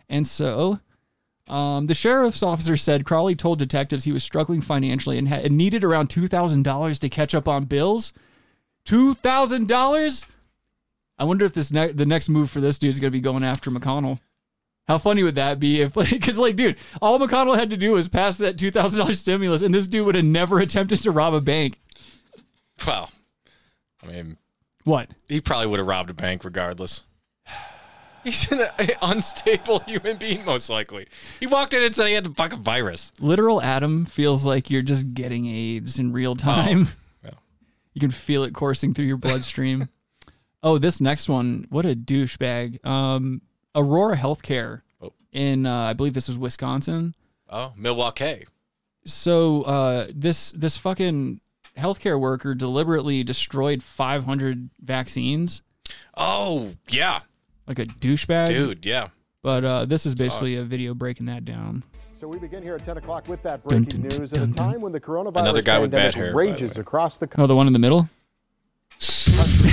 And so Um, the sheriff's officer said Crawley told detectives he was struggling financially and, had, and needed around $2,000 to catch up on bills. $2,000? I wonder if this ne- the next move for this dude is going to be going after McConnell. How funny would that be if, because, like, dude, all McConnell had to do was pass that $2,000 stimulus, and this dude would have never attempted to rob a bank.
Wow. I mean,
What?
he probably would have robbed a bank regardless.
He's an unstable human being, most likely.
He walked in and said he had the fucking virus.
Literal Adam feels like you're just getting AIDS in real time. You can feel it coursing through your bloodstream. oh, this next one, what a douchebag. Um, Aurora Healthcare in, uh, I believe this is Wisconsin.
Oh, Milwaukee.
So uh, this this fucking healthcare worker deliberately destroyed 500 vaccines,
Oh, yeah.
like a douchebag,
Dude, yeah.
But uh, this is basically a video breaking that down.
So we begin here at 10 o'clock with that
Dun,
breaking
dun,
news
dun,
at a
dun.
time when the coronavirus
Another guy with bad
pandemic
hair, by the
rages across the
Oh, the one in the middle.
country.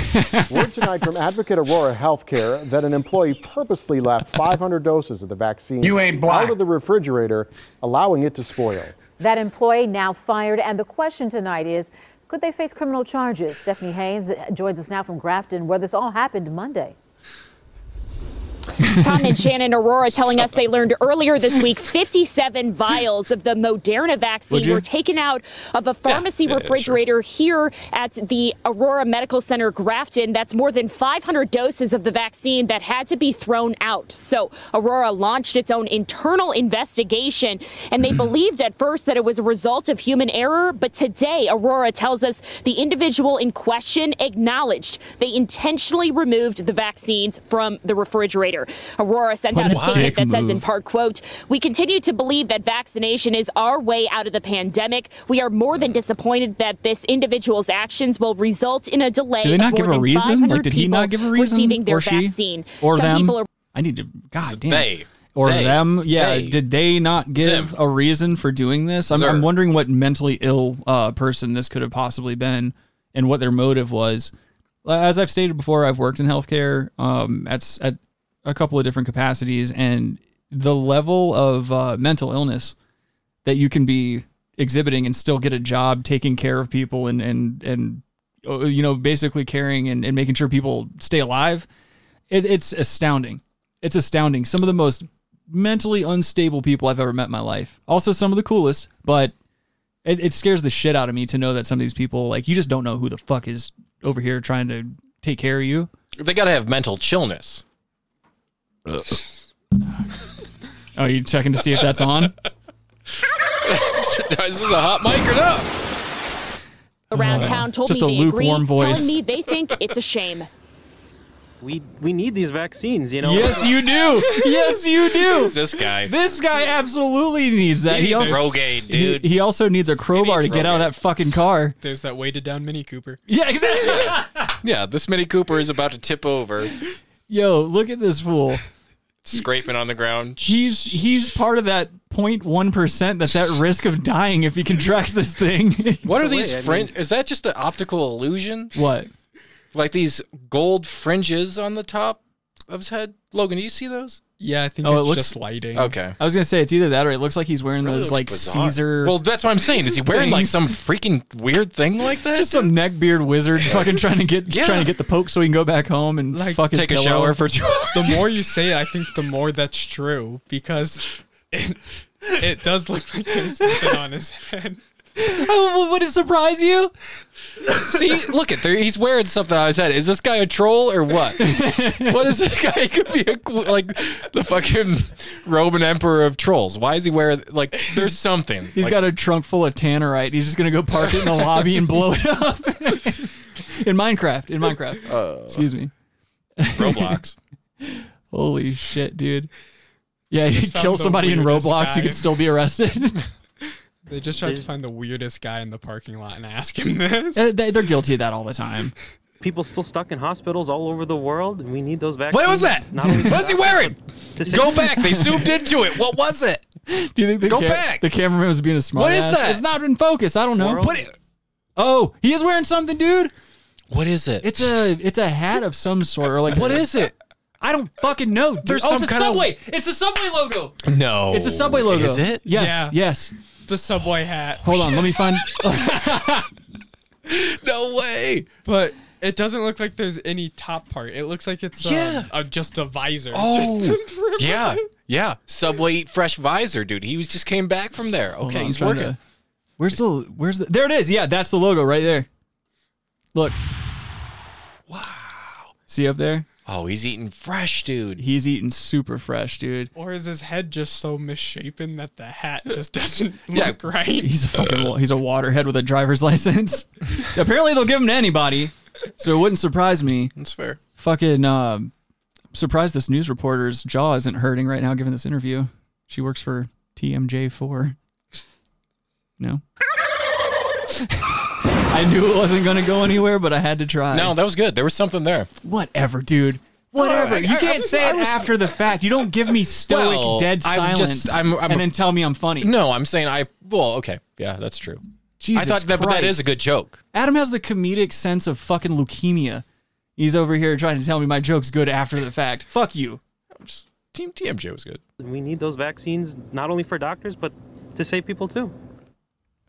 Word tonight from Advocate Aurora Healthcare that an employee purposely left 500 doses of the vaccine
You ain't black.
out of the refrigerator, allowing it to spoil.
That employee now fired, and the question tonight is could they face criminal charges? Stephanie Haynes joins us now from Grafton, where this all happened Monday.
Tom and Shannon Aurora telling us they learned earlier this week 57 vials of the Moderna
Would
vaccine
you?
were taken out of a pharmacy
yeah, yeah,
refrigerator here at the Aurora Medical Center Grafton. That's more than 500 doses of the vaccine that had to be thrown out. So Aurora launched its own internal investigation, and they believed at first that it was a result of human error. But today, Aurora tells us the individual in question acknowledged they intentionally removed the vaccines from the refrigerator. Aurora sent
What
out a
a
statement
dick
that says, in
move.
part, quote, we continue to believe that vaccination is our way out of the pandemic. We are more than disappointed that this individual's actions will result in a delay.
Did they not
of
give
more
a
than
reason?
500
Like, did he
people
not give a reason?
Receiving their
or she?
vaccine.
Or
Some
them?
people are
I need to. God damn.
they.
Or
They.
them. Yeah.
They.
Did they not give a reason for doing this? I'm, I'm
Sir.
wondering what mentally ill uh, person this could have possibly been and what their motive was. Uh, As I've stated before, I've worked in healthcare um, at, s- at a couple of different capacities, and the level of uh, mental illness that you can be exhibiting and still get a job taking care of people and and and uh, you know basically caring and, and making sure people stay alive it, it's astounding it's astounding some of the most mentally unstable people i've ever met in my life also some of the coolest but it, it scares the shit out of me to know that some of these people like you just don't know who the fuck is over here trying to take care of you
They got to have mental chillness.
oh you checking to see if that's on
is this a hot mic or not?
around
Uh,
town told
just a
me they agree,
lukewarm voice.
telling me they think it's a shame.
We we need these vaccines, you know.
Yes, you do. Yes, you do.
this guy.
This guy absolutely needs that.
He
also,
needs Rogaine, dude.
He, he also needs a crowbar to get out of that fucking car.
There's that weighted down Mini Cooper.
Yeah, exactly.
Yeah, this Mini Cooper is about to tip over,
Yo, look at this fool.
scraping on the ground.
He's he's part of that 0.1 percent that's at risk of dying if he contracts this thing.
What are these fringe? is that just an optical illusion?
What?
Like these gold fringes on the top of his head? Logan, do you see those?
Yeah, I think
Oh,
it's
it looks-
just lighting.
Okay.
I was gonna say it's either that or it looks like he's wearing those
looks
like
bizarre.
Caesar.
Well, that's what I'm saying. Is he wearing like
things.
some freaking weird thing like that?
Just some neckbeard wizard fucking trying to get
Yeah.
trying to get the poke so he can go back home and fuck his pillow.
The more you say it, I think the more that's true because it, it does look like there's something on his head.
Oh, would it surprise you?
See, look at there. He's wearing something on his head. Is this guy a troll or what? what is this guy? He could be a, qu- like the fucking Roman emperor of trolls. Why is he wearing like? There's something.
He's
Like,
got a trunk full of tannerite. He's just gonna go park it in the lobby and blow it up. in Minecraft. In Minecraft. Excuse me.
Uh, Roblox.
Holy shit, dude. Yeah, you
Just
could
found
kill
the
somebody in
weirdest
Roblox,
guy.
you could still be arrested.
They just tried to find the weirdest guy in the parking lot and ask him this.
Uh, they, they're guilty of that all the time.
People still stuck in hospitals all over the world, and we need those vaccines.
was that?
Not only
What is he wearing?
to say-
Go back. They zoomed into it. What was it?
Do you think the
Go
ca-
back.
The cameraman was being a smart
What is that?
It's not in focus. I don't know.
What i-
Oh, he is wearing something, dude.
What is it?
It's a it's a hat of some sort, or like
What is it?
I don't fucking know. dude.
There's
oh,
some
it's a
kind of-
subway. It's a subway logo.
No.
It's a subway logo.
Is it?
Yes.
Yeah.
Yes.
It's a subway hat.
Hold on. Let me find.
no way. But it doesn't look like there's any top part. It looks like it's um,
Yeah.
uh, just a visor.
Oh,
Just the-
yeah, yeah. Subway Eat Fresh Visor, dude. He was just came back from there.
Hold
Okay,
on, I'm
he's
trying
working.
to- where's the? Where's the? There it is. Yeah, that's the logo right there. Look. Wow. See up there?
Oh, he's eating fresh, dude.
He's eating super fresh, dude.
or is his head just so misshapen that the hat just doesn't look right?
He's a fucking wa- he's a waterhead with a driver's license. Apparently they'll give him to anybody, so it wouldn't surprise me.
That's fair.
Fucking uh, I'm surprised this news reporter's jaw isn't hurting right now given this interview. She works for TMJ4. No. I knew it wasn't going to go anywhere, but I had to try.
No, that was good. There was something there.
Whatever, dude. Whatever.
I-
you
I-
can't
I was-
say
I
it
was-
after the fact. You don't give me stoic
Well,
dead
I'm
silence
just- I'm- I'm-
and then tell me I'm funny.
No, I'm saying I. Well, okay, yeah, that's true. I
Jesus
thought that, but that
Christ.
is a good joke.
Adam has the comedic sense of fucking leukemia. He's over here trying to tell me my joke's good after the fact. Fuck you.
Team TMJ was good.
We need those vaccines not only for doctors, but to save people too.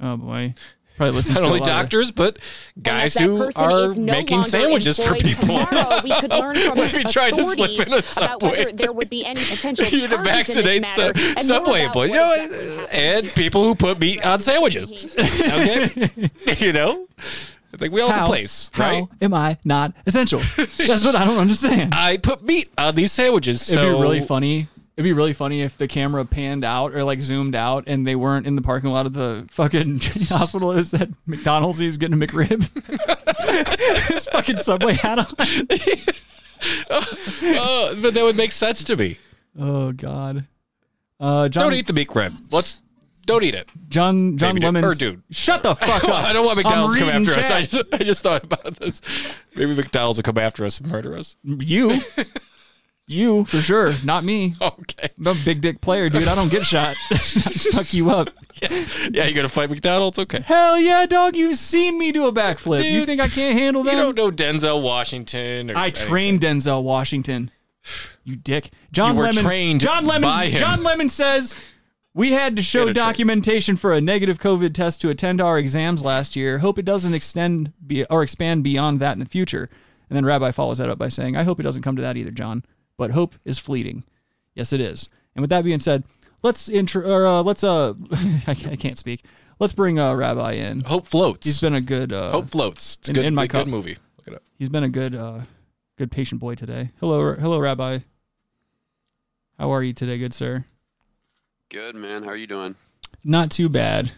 Oh boy. Probably listens
Not
to a
only
lot of-
doctors, but guys
that
who
person
are
is no
making
longer
sandwiches for
employed
people.
tomorrow, we could learn from
What if he tried to slip in a
authorities about
subway?
whether there would be any potential
You
charges
need
in
to
this
vaccinate
matter.
su-
and more
subway
about
employees, you know, uh, and people who put meat on sandwiches. Okay, you know, I think we all have
How-
a place,
how
right?
am I not essential? That's what I don't understand.
I put meat on these sandwiches.
It'd
so
be really funny. It'd be really funny if the camera panned out or like zoomed out and they weren't in the parking lot of the fucking hospital. Is that McDonald's he's getting a McRib? His fucking subway hat on.
Oh, but that would make sense to me.
Oh God. Uh, John,
Don't eat the meat rib. Let's don't eat it.
John John
Maybe dude-
Lemon's
or dude.
Shut the fuck up.
I don't want
I'm
McDonald's to come
reading
after us. I
chat.
just, I just thought about this. Maybe McDonald's will come after us and murder us.
You. You for sure, not me.
Okay,
I'm a big dick player, dude. I don't get shot. I fuck you up.
Yeah, you're gonna fight McDonald's. Okay.
Hell yeah, dog. You've seen me do a backflip. you
Dude,
think I can't handle
You
that?
don't know Denzel Washington. Or
I
anything.
trained Denzel Washington. You dick. John
You were
Lemon.
trained
John Lemon.
by him.
John Lemon says we had to show
Get a train.
documentation for a negative COVID test to attend our exams last year. Hope it doesn't extend be, or expand beyond that in the future. And then Rabbi follows that up by saying, I hope it doesn't come to that either, John. But hope is fleeting. Yes, it is. And with that being said, let's intro or uh, let's uh, I, ca- I can't speak. Let's bring uh, Rabbi in.
Hope floats.
He's been a good uh,
Hope floats. It's a
in-
good,
in my
a good
cup.
movie. Look it up.
He's been a good, uh, good patient boy today. Hello, hello, Rabbi. How are you today, good sir?
Good man, how are you doing?
Not too bad.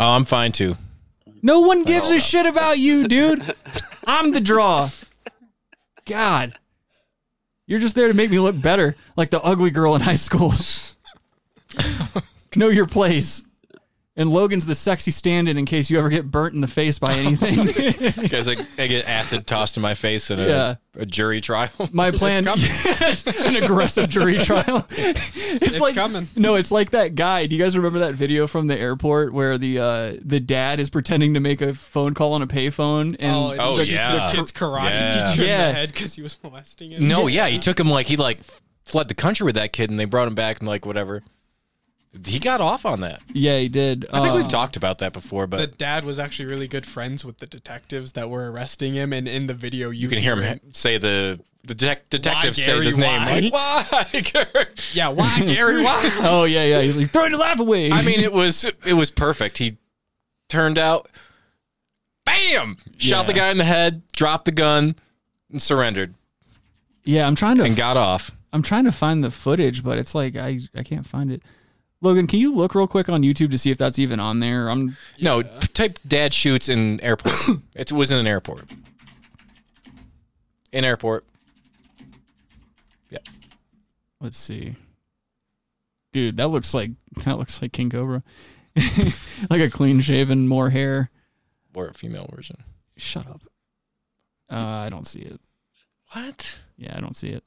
Oh, I'm fine too.
No one gives a shit about you, dude. I'm the draw. God, you're just there to make me look better, like the ugly girl in high school. know your place. And Logan's the sexy stand-in in case you ever get burnt in the face by anything.
Because I, I get acid tossed in my face in a,
Yeah.
a jury trial.
My plan, an aggressive jury trial. It's, like no, it's like that guy. Do you guys remember that video from the airport where the uh, the dad is pretending to make a phone call on a payphone and
Oh, and
Oh,
the,
yeah.
the kid's karate
Yeah.
teacher in
Yeah.
the head because he was molesting him.
No, yeah, he took him like he like fled the country with that kid, and they brought him back and like whatever. He got off on that.
yeah, he did.
I think
Uh,
we've talked about that before,
The
but
dad was actually really good friends with the detectives that were arresting him, and in the video, you,
you can hear him say the the detec- detective
Why,
says his
Gary,
name.
why?
Like, why, Gary?
Yeah, why, Gary? Why?
oh yeah, yeah. He's like throwing your life away.
I mean, it was it was perfect. He turned out, bam! Shot the
Um, Yeah.
guy in the head, dropped the gun, and surrendered
yeah, I'm trying to
and got off.
I'm trying to find the footage, but it's like I I can't find it. Logan, can you look real quick on YouTube to see if that's even on there? I'm
No, p- type dad shoots in airport. it was in an airport. In airport. Yeah.
Let's see. Dude, that looks like that looks like King Cobra. like a clean shaven, more hair.
Or a female version.
Shut up. Uh, I don't see it.
What?
Yeah, I don't see it.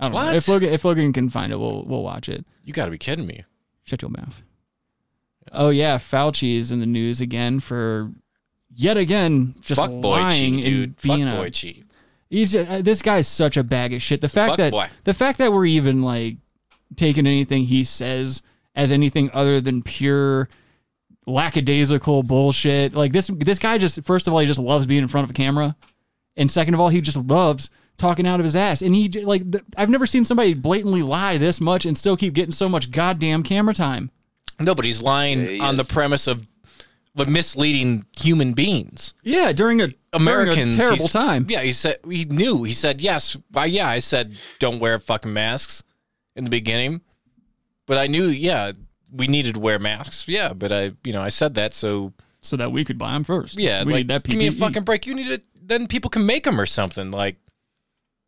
I don't know.
What?
If Logan if Logan can find it, we'll we'll watch it.
You got to be kidding me.
Shut your mouth. Oh yeah, Fauci is in the news again for yet again just
Fuck boy
lying
cheat,
and
dude. Fuck
being a
boy cheat.
He's uh, this guy's such a bag of shit. The fact
fuck
that
boy.
the fact that we're even like taking anything he says as anything other than pure lackadaisical bullshit. Like this this guy just first of all he just loves being in front of a camera, and second of all he just loves talking out of his ass. And he j- like th- I've never seen somebody blatantly lie this much and still keep getting so much goddamn camera time.
No, but he's lying on the premise of of misleading human beings.
Yeah, during a
Americans
during a terrible
he's-
time.
Yeah, he said he knew. He said yes. Why? Yeah, I said don't wear fucking masks in the beginning, but I knew. Yeah, we needed to wear masks. Yeah, but I, you know, I said that so
so that we could buy them first.
Yeah, it's
We
like
need that E.
give me a
PPE.
fucking break. You need it. Then people can make them or something. Like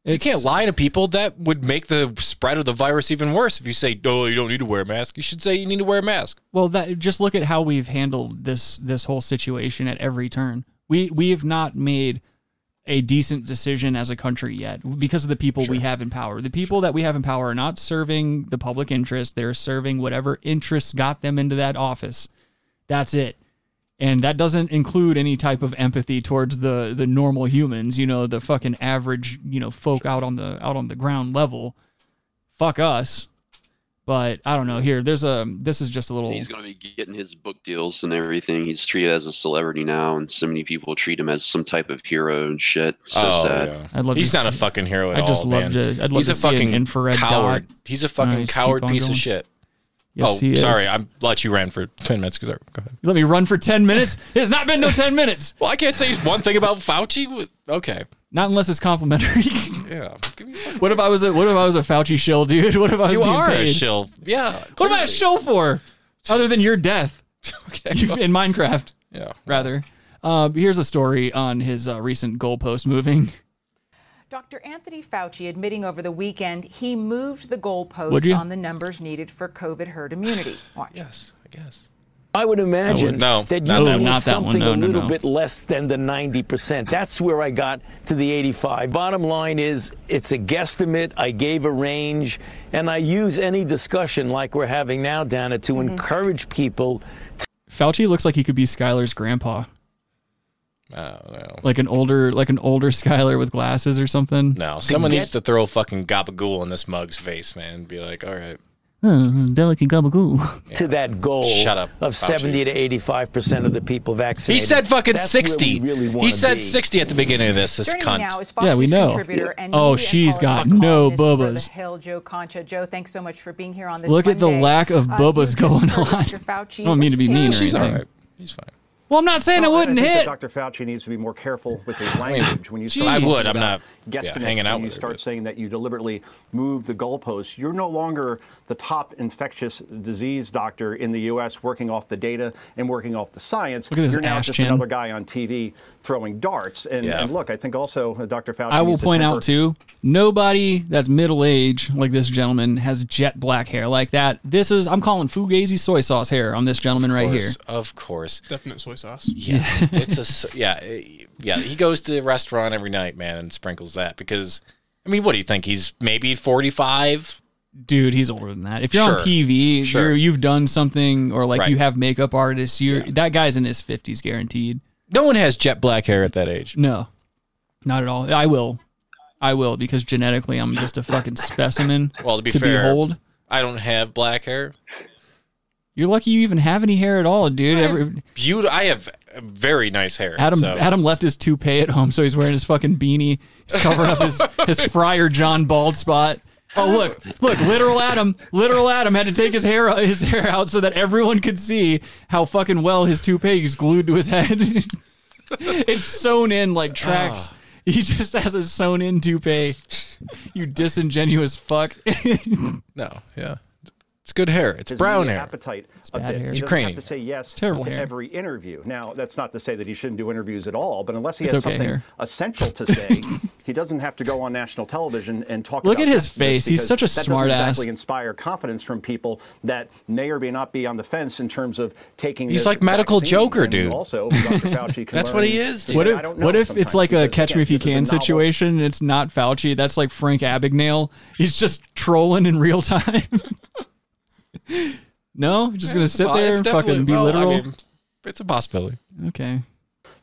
It's-
you can't lie to people. That would make the spread of the virus even worse. If you say, "Oh, you don't need to wear a mask," you should say you need to wear a mask.
Well, that just look at how we've handled this this whole situation at every turn. We we have not made a decent decision as a country yet because of the people we have in power. The people that we have in power are not serving the public interest. They're serving whatever interests got them into that office. That's it. And that doesn't include any type of empathy towards the the normal humans, you know, the fucking average, you know, folk out on the out on the ground level. Fuck us. But I don't know. Here, there's a this is just a little
He's going to be getting his book deals and everything. He's treated as a celebrity now, and so many people treat him as some type of hero and shit. So sad.
I'd love
He's
to
not a
see-
fucking hero at
I'd just
all,
love
man.
to- I'd love
He's
to
a
see an
fucking
infrared
coward.
dot.
He's a
All
fucking
right, just
coward
keep on
piece
going.
of shit.
Yes,
oh,
he is.
sorry. I let you ran for ten minutes. Cause I, go ahead.
You let me run for ten minutes. It has not been no ten minutes.
Well, I can't say one thing about Fauci. With, Oh, okay.
Not unless it's complimentary.
Yeah.
what if I was a what if I was a Fauci shill, dude? What if I was
You
being
are
paid?
a shill. Yeah.
What am I a shill for? Other than your death. You- in Minecraft.
Yeah.
Rather. Uh, here's a story on his uh, recent goalpost moving.
Dr. Anthony Fauci admitting over the weekend he moved the
Would you?
goalposts on the numbers needed for COVID herd immunity. Watch. Yes, I guess.
I would imagine
No,
that
not
you
that
need
one. Not that one.
something
No,
a
no,
little
no.
bit less than the 90%. That's where I got to the 85. Bottom line is it's a guesstimate. I gave a range, and I use any discussion like we're having now, Dana, to encourage people to
Fauci looks like he could be Skylar's grandpa.
I don't know.
Like an older like an older Skylar with glasses or something.
No, someone needs to throw a fucking gabagool in this mug's face, man, and be like, all right.
Oh, delicate gabagool.
to that goal
Shut up,
of
Fauci.
70 to 85 percent of the people
He
vaccinated.
said fucking
That's where we
60.
really wanna
he said
be.
60 at the beginning of this, this
Joining me
cunt.
now is Fox
Yeah, we
News
know.
contributor and
Oh,
media
she's
and
got
politics
no
columnist for
bubbas.
The Hill, Joe Concha. Joe, thanhanks so much for being here on this.
Look at the
Monday.
lack of
Uh,
bubbas
you just
going
heard
on.
Dr. Fauci.
I don't mean to be
What's
mean or
your
anything.
take?
He's fine.
Well, I'm not saying it
Well,
wouldn't
I think that
hit.
Dr. Fauci needs to be more careful with his language when you start.
I would.
talking
I'm not,
about
yeah,
guesstimates,
hanging out
when you
with her,
start saying that you deliberately move the goalposts. You're no longer the top infectious disease doctor in the U.S. working off the data and working off the science.
Look at this
You're now
ass
just
chin.
another guy on TV throwing darts. And,
Yeah.
and look, I think also uh, Dr. Fauci.
I will
needs to
point
temper
out too, nobody that's middle aged like this gentleman has jet black hair like that. This is I'm calling fugazi soy sauce hair on this gentleman right here.
course, Of course.
Definite soy sauce.
Yeah. it's a, s- yeah. eh, Yeah. He goes to a restaurant every night, man, and sprinkles that because, I mean, what do you think? He's maybe 45?
Dude, he's older than that. If you're
Sure.
on TV,
Sure.
you're, you've done something or like
Right.
you have makeup artists, you're that guy's in his 50s guaranteed.
No one has jet black hair at that age.
No. Not at all. I will. I will because genetically I'm just a fucking specimen
Well, to be fair,
behold.
I don't have black hair.
You're lucky you even have any hair at all, dude. Every,
Beautiful. I have very nice hair.
Adam
so.
Adam left his toupee at home, so he's wearing his fucking beanie. He's covering up his his Friar John bald spot. Oh look, look! Literal Adam, literal Adam had to take his hair his hair out so that everyone could see how fucking well his toupee is glued to his head. it's sewn in like tracks.
Ah.
He just has a sewn in toupee. You disingenuous fuck.
no, yeah. It's good hair. It's
his
brown
media
hair.
appetite a
bad
bit.
hair.
He doesn't
Ukrainian
have to say yes
terrible
to
hair.
every interview. Now, that's not to say that he shouldn't do interviews at all, but unless he
It's
has
okay
something
hair.
essential to say, he doesn't have to go on national television and talk.
Look
about
at his
this
face. He's
because
such a
that doesn't
smartass.
Exactly inspire confidence from people that may or may not be on the fence in terms of taking.
He's
this
like Medical
vaccine.
Joker,
And
dude.
Also, Dr. Fauci can
That's what
learn
he is,
to
dude.
What
say,
if
"I don't know
what if it's
sometimes,"
like a
because,
catch me
again,
if you
this is a
can
novel
situation? And it's not Fauci. That's like Frank Abagnale. He's just trolling in real time. no, just gonna sit
Well,
there
it's
and
definitely-
fucking be
well, I
literal.
mean, it's a possibility.
okay.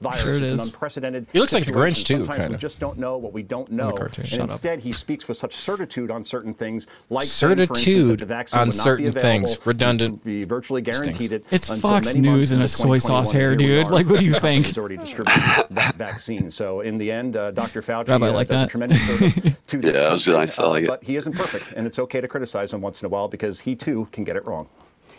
virus.
Sure it
it's
is.
an unprecedented.
He looks like the
situation.
Grinch, too,
Sometimes we
kinda.
just don't know what we don't know.
cartoon.
And
Shut up.
instead, he speaks with such certitude on certain things, like saying, for instance, that
Certitude
the vaccine
on
would not
certain
be available,
things. Redundant.
Be virtually guaranteed it.
It's
until
Fox
many
News
months
and
into
a soy sauce
2021,
hair,
and here we
dude.
are.
Like, what do you
Fauci's
think?
already distributed that vaccine. So in the end, uh, Dr. Fauci
Rabbi,
uh,
like
does a
that.
tremendous service to this
Yeah, I was
country,
gonna- I saw
uh,
like it.
But he isn't perfect, and it's okay to criticize him once in a while because he too can get it wrong.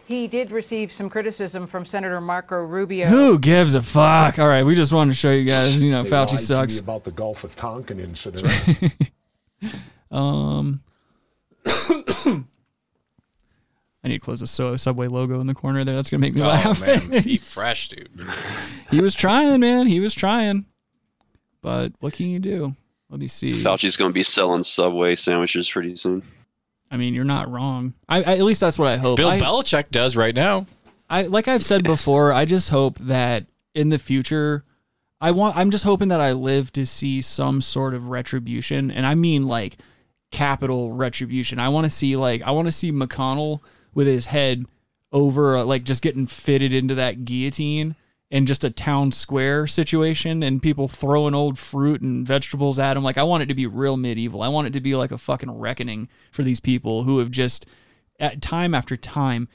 He did receive some criticism from Senator Marco Rubio.
Who gives a fuck? All right, we just wanted to show you guys. You know,
They
Fauci
lied to me
sucks.
about the Gulf of Tonkin incident.
Um, I need to close the so- Subway logo in the corner there. That's gonna make me
Oh
laugh.
man, eat fresh, dude.
he was trying, man. He was trying. But what can you do? Let me see.
Fauci's going to be selling Subway sandwiches pretty soon.
I mean, you're not wrong. I, I at least that's what I hope.
Bill
I,
Belichick does right now.
I like I've said before, I just hope that in the future I want I'm just hoping that I live to see some sort of retribution and I mean like capital retribution. I want to see like I want to see McConnell with his head over uh, like just getting fitted into that guillotine and just a town square situation and people throwing old fruit and vegetables at him like I want it to be real medieval. I want it to be like a fucking reckoning for these people who have just at time after time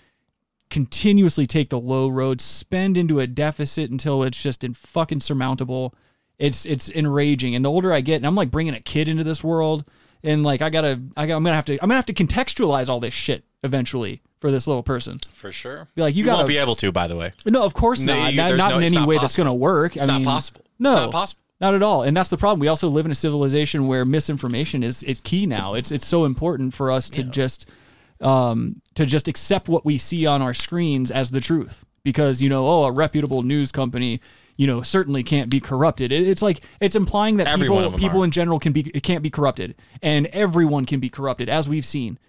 continuously take the low road, spend into a deficit until it's just in fucking surmountable. It's it's enraging. And the older I get, and I'm like bringing a kid into this world, and like I gotta, I got, I'm gonna have to, I'm gonna have to contextualize all this shit eventually for this little person.
For sure.
Be like, you
won't
gotta-
be able to, by the way.
No, of course
No,
not.
you-
not
there's
not
no-
in
it's
any
not
way that's
possible.
gonna work. I
It's not
mean,
possible. It's
No,
not possible.
Not at all. And that's the problem. We also live in a civilization where misinformation is is key now. It's it's so important for us to just um to just accept what we see on our screens as the truth because you know, oh, a reputable news company you know, certainly can't be corrupted. It, it's like it's implying that
Every one
people
of them
people
are.
in general can be it can't be corrupted, and everyone can be corrupted, as we've seen.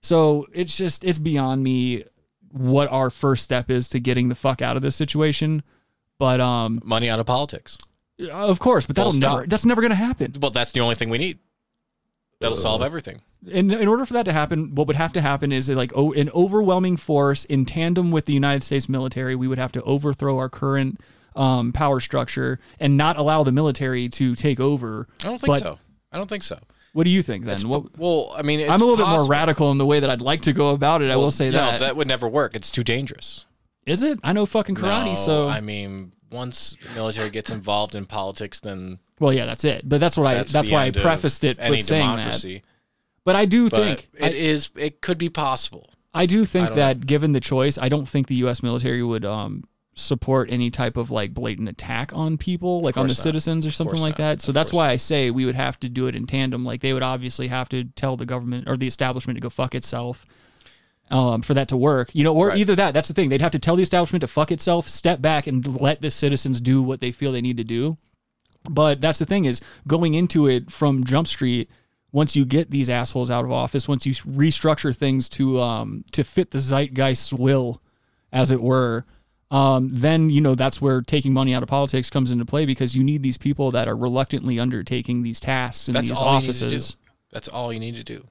So it's just it's beyond me what our first step is to getting the fuck out of this situation. But um,
money out of politics.
Of course, but that'll
Full stop.
never that's never gonna happen.
Well, that's the only thing we need. That'll solve everything.
in, in order for that to happen, what would have to happen is like oh, an overwhelming force in tandem with the United States military. We would have to overthrow our current um, power structure and not allow the military to take over.
I don't think
But
so. I don't think so.
What do you think then?
It's-
What,
well, I mean, it's
I'm a little bit more
possible.
radical in the way that I'd like to go about it. I will say
no,
that.
that would never work. It's too dangerous.
Is it? I know fucking karate,
No,
so
I mean, once military gets involved in politics, then
well, yeah, that's it. But that's what I. That's
the
why I
end of
prefaced it
any
with saying
democracy.
that. But I do
But
think
it is- It could be possible.
I do
I
think
don't
that given the choice, I don't think the U.S. military would um, support any type of like blatant attack on people, like on the
course not.
citizens or
Of
something
course
like that. So that's why I say we would have to do it in tandem. Like they would obviously have to tell the government or the establishment to go fuck itself. Um, for that to work, you know, or
Right.
either that, that's the thing. They'd have to tell the establishment to fuck itself, step back, and let the citizens do what they feel they need to do. But that's the thing is going into it from Jump Street. Once you get these assholes out of office, once you restructure things to um, to fit the zeitgeist's will, as it were, um, then you know that's where taking money out of politics comes into play because you need these people that are reluctantly undertaking these tasks in
That's
these
all
offices.
you need to do. That's all you need to do.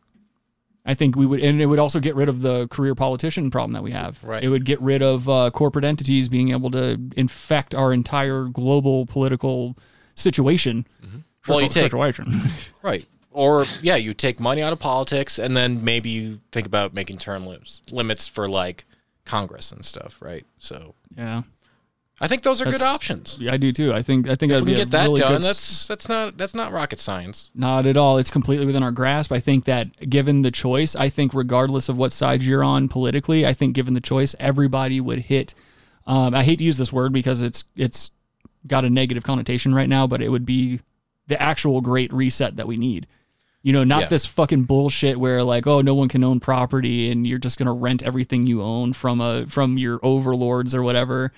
I think we would, and it would also get rid of the career politician problem that we have.
Right.
It would get rid of uh, corporate entities being able to infect our entire global political situation.
Mm-hmm. Well, you take-
Situation.
Right. Or yeah, you take money out of politics, and then maybe you think about making term limits limits for like Congress and stuff. Right. So
Yeah.
I think those are good
That's-
options.
Yeah, I do too. I think I think
If
that'd
we
be
can
a
get that
really good
done,
s-
that's that's not that's not rocket science.
Not at all. It's completely within our grasp. I think that given the choice, I think regardless of what side you're on politically, I think given the choice, everybody would hit. Um, I hate to use this word because it's it's got a negative connotation right now, but it would be the actual great reset that we need. You know, not
Yeah.
this fucking bullshit where like, oh, no one can own property and you're just gonna rent everything you own from a from your overlords or whatever.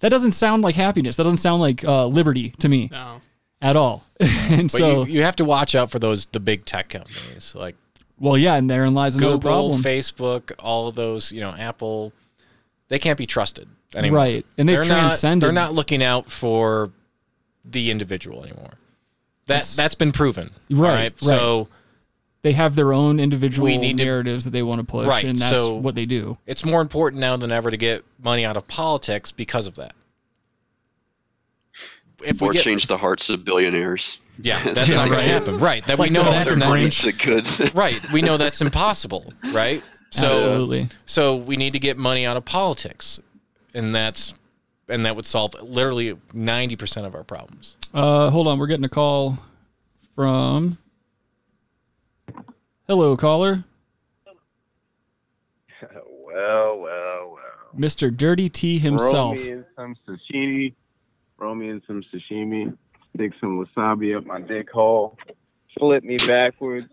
That doesn't sound like happiness. That doesn't sound like uh, liberty to me.
No.
At all. and
but
so
you, you have to watch out for those the big tech companies like
Well, yeah, and therein lies another
Google,
problem.
Facebook, all of those. You know, Apple. They can't be trusted anymore.
Right, and they've
They're not-
transcended-
they're not looking out for the individual anymore. That
It's-
that's been proven. all
Right, right.
So
they have their own individual
We need to-
narratives that they want to push,
right.
and that's
so
what they do.
It's more important now than ever to get money out of politics because of that. if
or
we get
change the hearts of billionaires.
Yeah, that's not gonna happen. Right, that we know that's not-
that could.
right, we know that's impossible, right? So
Absolutely.
so we need to get money out of politics. And that's and that would solve literally 90% of our problems.
Uh, hold on, we're getting a call from. Hello, caller,
well, well, well.
Mr. Dirty T himself.
Roll me in some sashimi. Roll me in some sashimi. Stick some wasabi up my dick hole. Flip me backwards.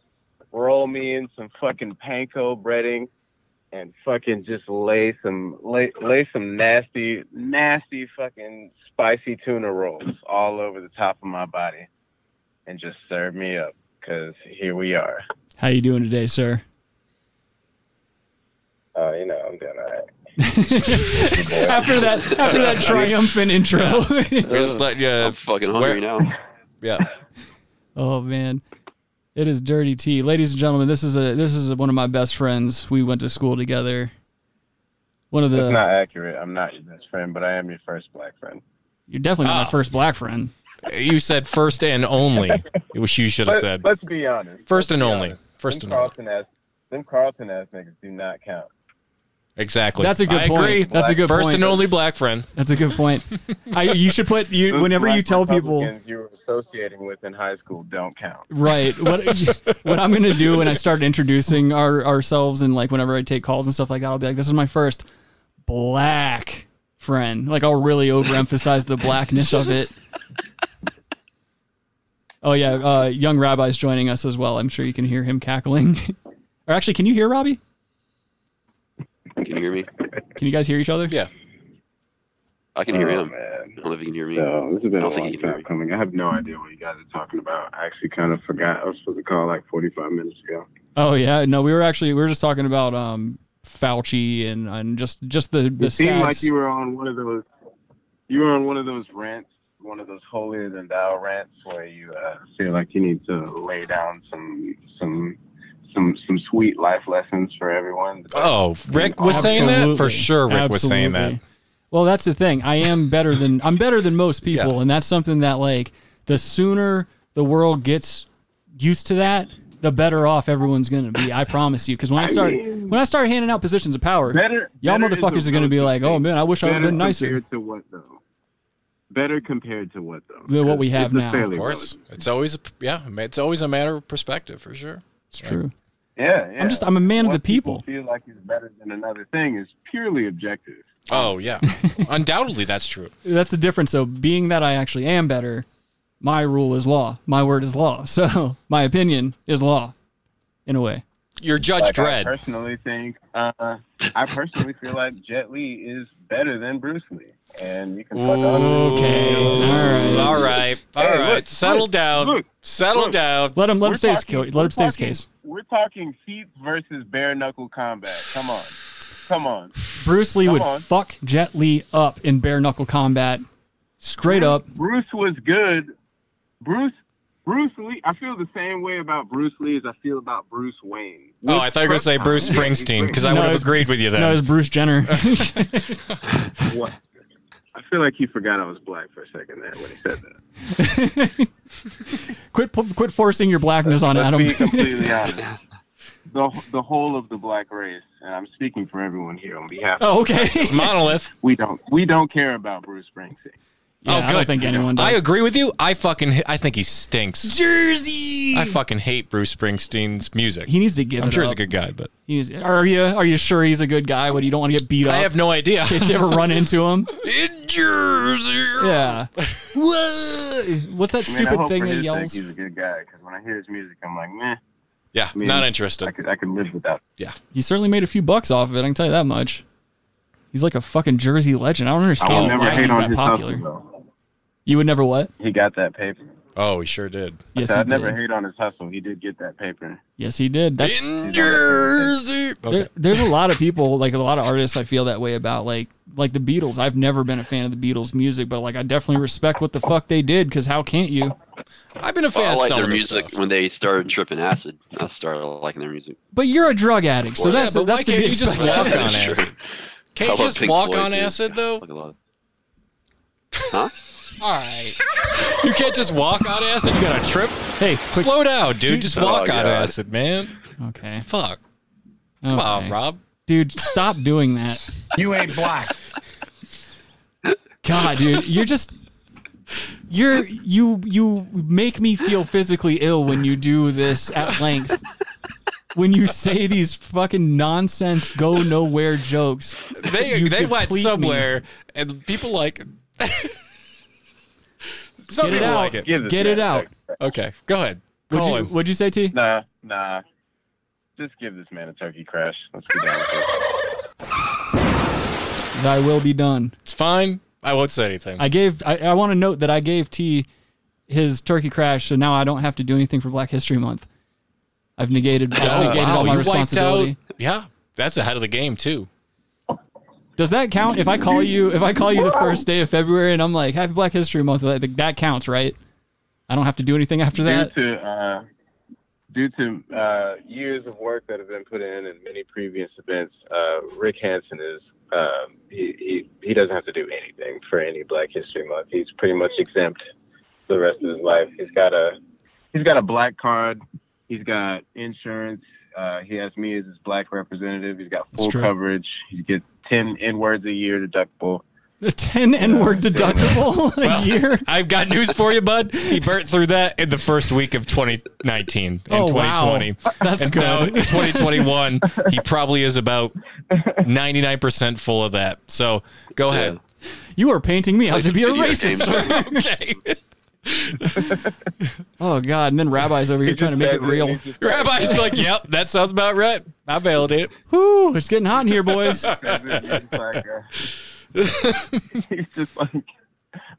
Roll me in some fucking panko breading, and fucking just lay some lay lay some nasty nasty fucking spicy tuna rolls all over the top of my body, and just serve me up. Cause here we are.
How you doing today, sir?
Uh, you know I'm doing all right.
after that, after that triumphant intro.
I'm fucking hungry now.
Yeah.
Oh man, it is Dirty T, ladies and gentlemen. This is a this is one of my best friends. We went to school together. One of
That's not
the
accurate. I'm not your best friend, but I am your first black friend.
you're definitely not my first black friend.
Ah. You said first and only, which you should have
Let,
said.
Let's be honest.
First and
Let's be
only.
honest.
First
them
and only.
Carlton ass, them Carlton ass niggas do not count.
Exactly.
That's a good
I
point.
agree.
That's a good
First
point.
and only black friend.
That's a good point. I, you should put you
Those
whenever you
black
tell people.
Republicans you were associating with in high school don't count.
Right. What what I'm gonna do when I start introducing our ourselves and like whenever I take calls and stuff like that, I'll be like, "This is my first black friend." Like I'll really overemphasize the blackness of it. Oh yeah, uh, young rabbi's joining us as well. I'm sure you can hear him cackling. or actually, can you hear Robbie?
Can you hear me?
Can you guys hear each other?
Yeah.
I can hear
Oh,
him. I don't know if you can hear me.
No, this has been
I
a
don't think
long
he can hear
time
me.
coming. I have no idea what you guys are talking about. I actually kind of forgot. I was supposed to call like 45 minutes ago.
Oh yeah. No, we were actually we were just talking about um, Fauci and and just just the the
it seemed
sad
like you were on one of those. You were on one of those rants, one of those holier than thou rants, where you uh, feel like you need to lay down some some some some sweet life lessons for everyone.
Oh, Rick was saying that? For sure, Rick was saying that.
Absolutely. Well, that's the thing. I am better than I'm better than most people, and that's something that like the sooner the world gets used to that, the better off everyone's gonna be. I promise you. Because when I
I
start
mean-
when I start handing out positions of power,
Better-
y'all
better is
motherfuckers
a
are gonna be like, oh man, I wish I would have
Better
been nicer.
Compared to what though? Better compared to what though?
Than what we
It's-
have
it's a
now.
fairly
Of course. It's always a, yeah, it's always a matter of perspective for sure.
It's true.
Yeah, yeah.
I'm just I'm a man of the
What
people.
Feel like it's better than another thing is purely objective.
Oh, yeah. Undoubtedly that's true.
That's the difference though. Being that I actually am better, my rule is law. My word is law. So my opinion is law, in a way.
Your Judge
like,
Dredd.
I personally think uh, I personally feel like Jet Li is better than Bruce Lee, and you can fuck off.
Okay.
All right. All right. Settle down. Settle down.
Let him let
We're
him stay his
talking-
case. Let
we're
him stay his
talking-
case.
We're talking feet versus bare knuckle combat. Come on, come on.
Bruce Lee
Come
would
on.
fuck Jet Li up in bare knuckle combat, straight up.
Bruce was good. Bruce. Bruce Lee, I feel the same way about Bruce Lee as I feel about Bruce Wayne.
Oh, I thought you were going to say Bruce Springsteen because I would have agreed with you then.
No, it's Bruce Jenner.
What? I feel like you forgot I was black for a second there when he said that.
quit pu- quit forcing your blackness on
Let's
Adam.
be completely honest. The, the whole of the black race, and I'm speaking for everyone here on behalf.
Oh,
of
okay.
the black race,
It's monolith.
We don't we don't care about Bruce Springsteen.
oh, good.
I don't think anyone does.
I agree with you. I fucking I think he stinks.
Jersey.
I fucking hate Bruce Springsteen's music.
He needs to give
I'm
it
sure
up.
he's a good guy, but
He's, are you are you sure he's a good guy? What you don't want to get beat up?
I have no idea.
In case you ever run into him.
In Jersey.
Yeah. Whoa. What's that
I mean, I
stupid
hope
thing
for
that
his
yells?
Sake, he's a good guy because when I hear his music, I'm like, meh.
Yeah,
I mean,
not interested.
I could I could live without.
Yeah.
He certainly made a few bucks off of it. I can tell you that much. He's like a fucking Jersey legend. I don't
I will
understand
never
why
hate
he's
on
that
his
popular.
hustle though.
You would never what?
He got that paper.
Oh, he sure did.
I
Yes,
said
he
I'd never
did.
hate on his hustle. He did get that paper.
Yes, he did. That's
Jersey.
there, there's a lot of people, like a lot of artists, I feel that way about, like like the Beatles. I've never been a fan of the Beatles' music, but like I definitely respect what the fuck they did. Because how can't you?
I've been a fan
Well, I
of
like
some
their
of their
music when they started tripping acid. I started liking their music.
But you're a drug addict, so
Yeah,
that's
but
that's
why
to be
can't you just
expected.
walk on Sure. acid?
Can't
I
you
love
just
Pink
walk
Floyd,
on
dude.
acid though?
Like a lot. Huh?
All right. You can't just walk on acid. You got to trip. Hey, slow down, dude. Just walk
Oh,
on
God.
acid, man.
Okay.
Fuck.
Oh,
Come on, Rob.
Dude, stop doing that.
You ain't black.
God, dude, you're just you're you you make me feel physically ill when you do this at length. When you say these fucking nonsense go nowhere jokes.
They
You
they went
deplete me.
somewhere, and people like. Some
Get it
people
out.
like it.
Give us Get it that out.
Okay, go ahead.
What'd
Call him.
you- what'd you say, T?
Nah, nah. Just give this man a turkey crash. Let's be done with it.
Thy will be done.
It's fine. I won't say anything.
I gave I, I want to note that I gave T his turkey crash, so now I don't have to do anything for Black History Month. I've negated, I've
oh,
negated
wow,
all my
you wiped out.
responsibility.
Yeah, that's ahead of the game too.
Does that count if I call you if I call you the first day of February and I'm like Happy Black History Month? That, that counts, right? I don't have to do anything after that.
Due to uh, due to uh, years of work that have been put in and many previous events, uh, Rick Hansen is um, he, he he doesn't have to do anything for any Black History Month. He's pretty much exempt the rest of his life. He's got a he's got a black card. He's got insurance. Uh, he has me as his black representative. He's got
That's
full
true.
coverage. He gets ten N words a year deductible.
The ten N word deductible a
Well,
year.
I've got news for you, bud. He burnt through that in the first week of 2019 and
Oh, wow.
2020.
That's
and Now
good.
in 2021, he probably is about 99% full of that. So go ahead.
You are painting me out to be a racist, sir.
okay.
Oh God! And then rabbis over here trying to make it real.
Rabbi's like, yep, that sounds about right. I validate it.
Whew, it's getting hot in here, boys.
uh, He's just like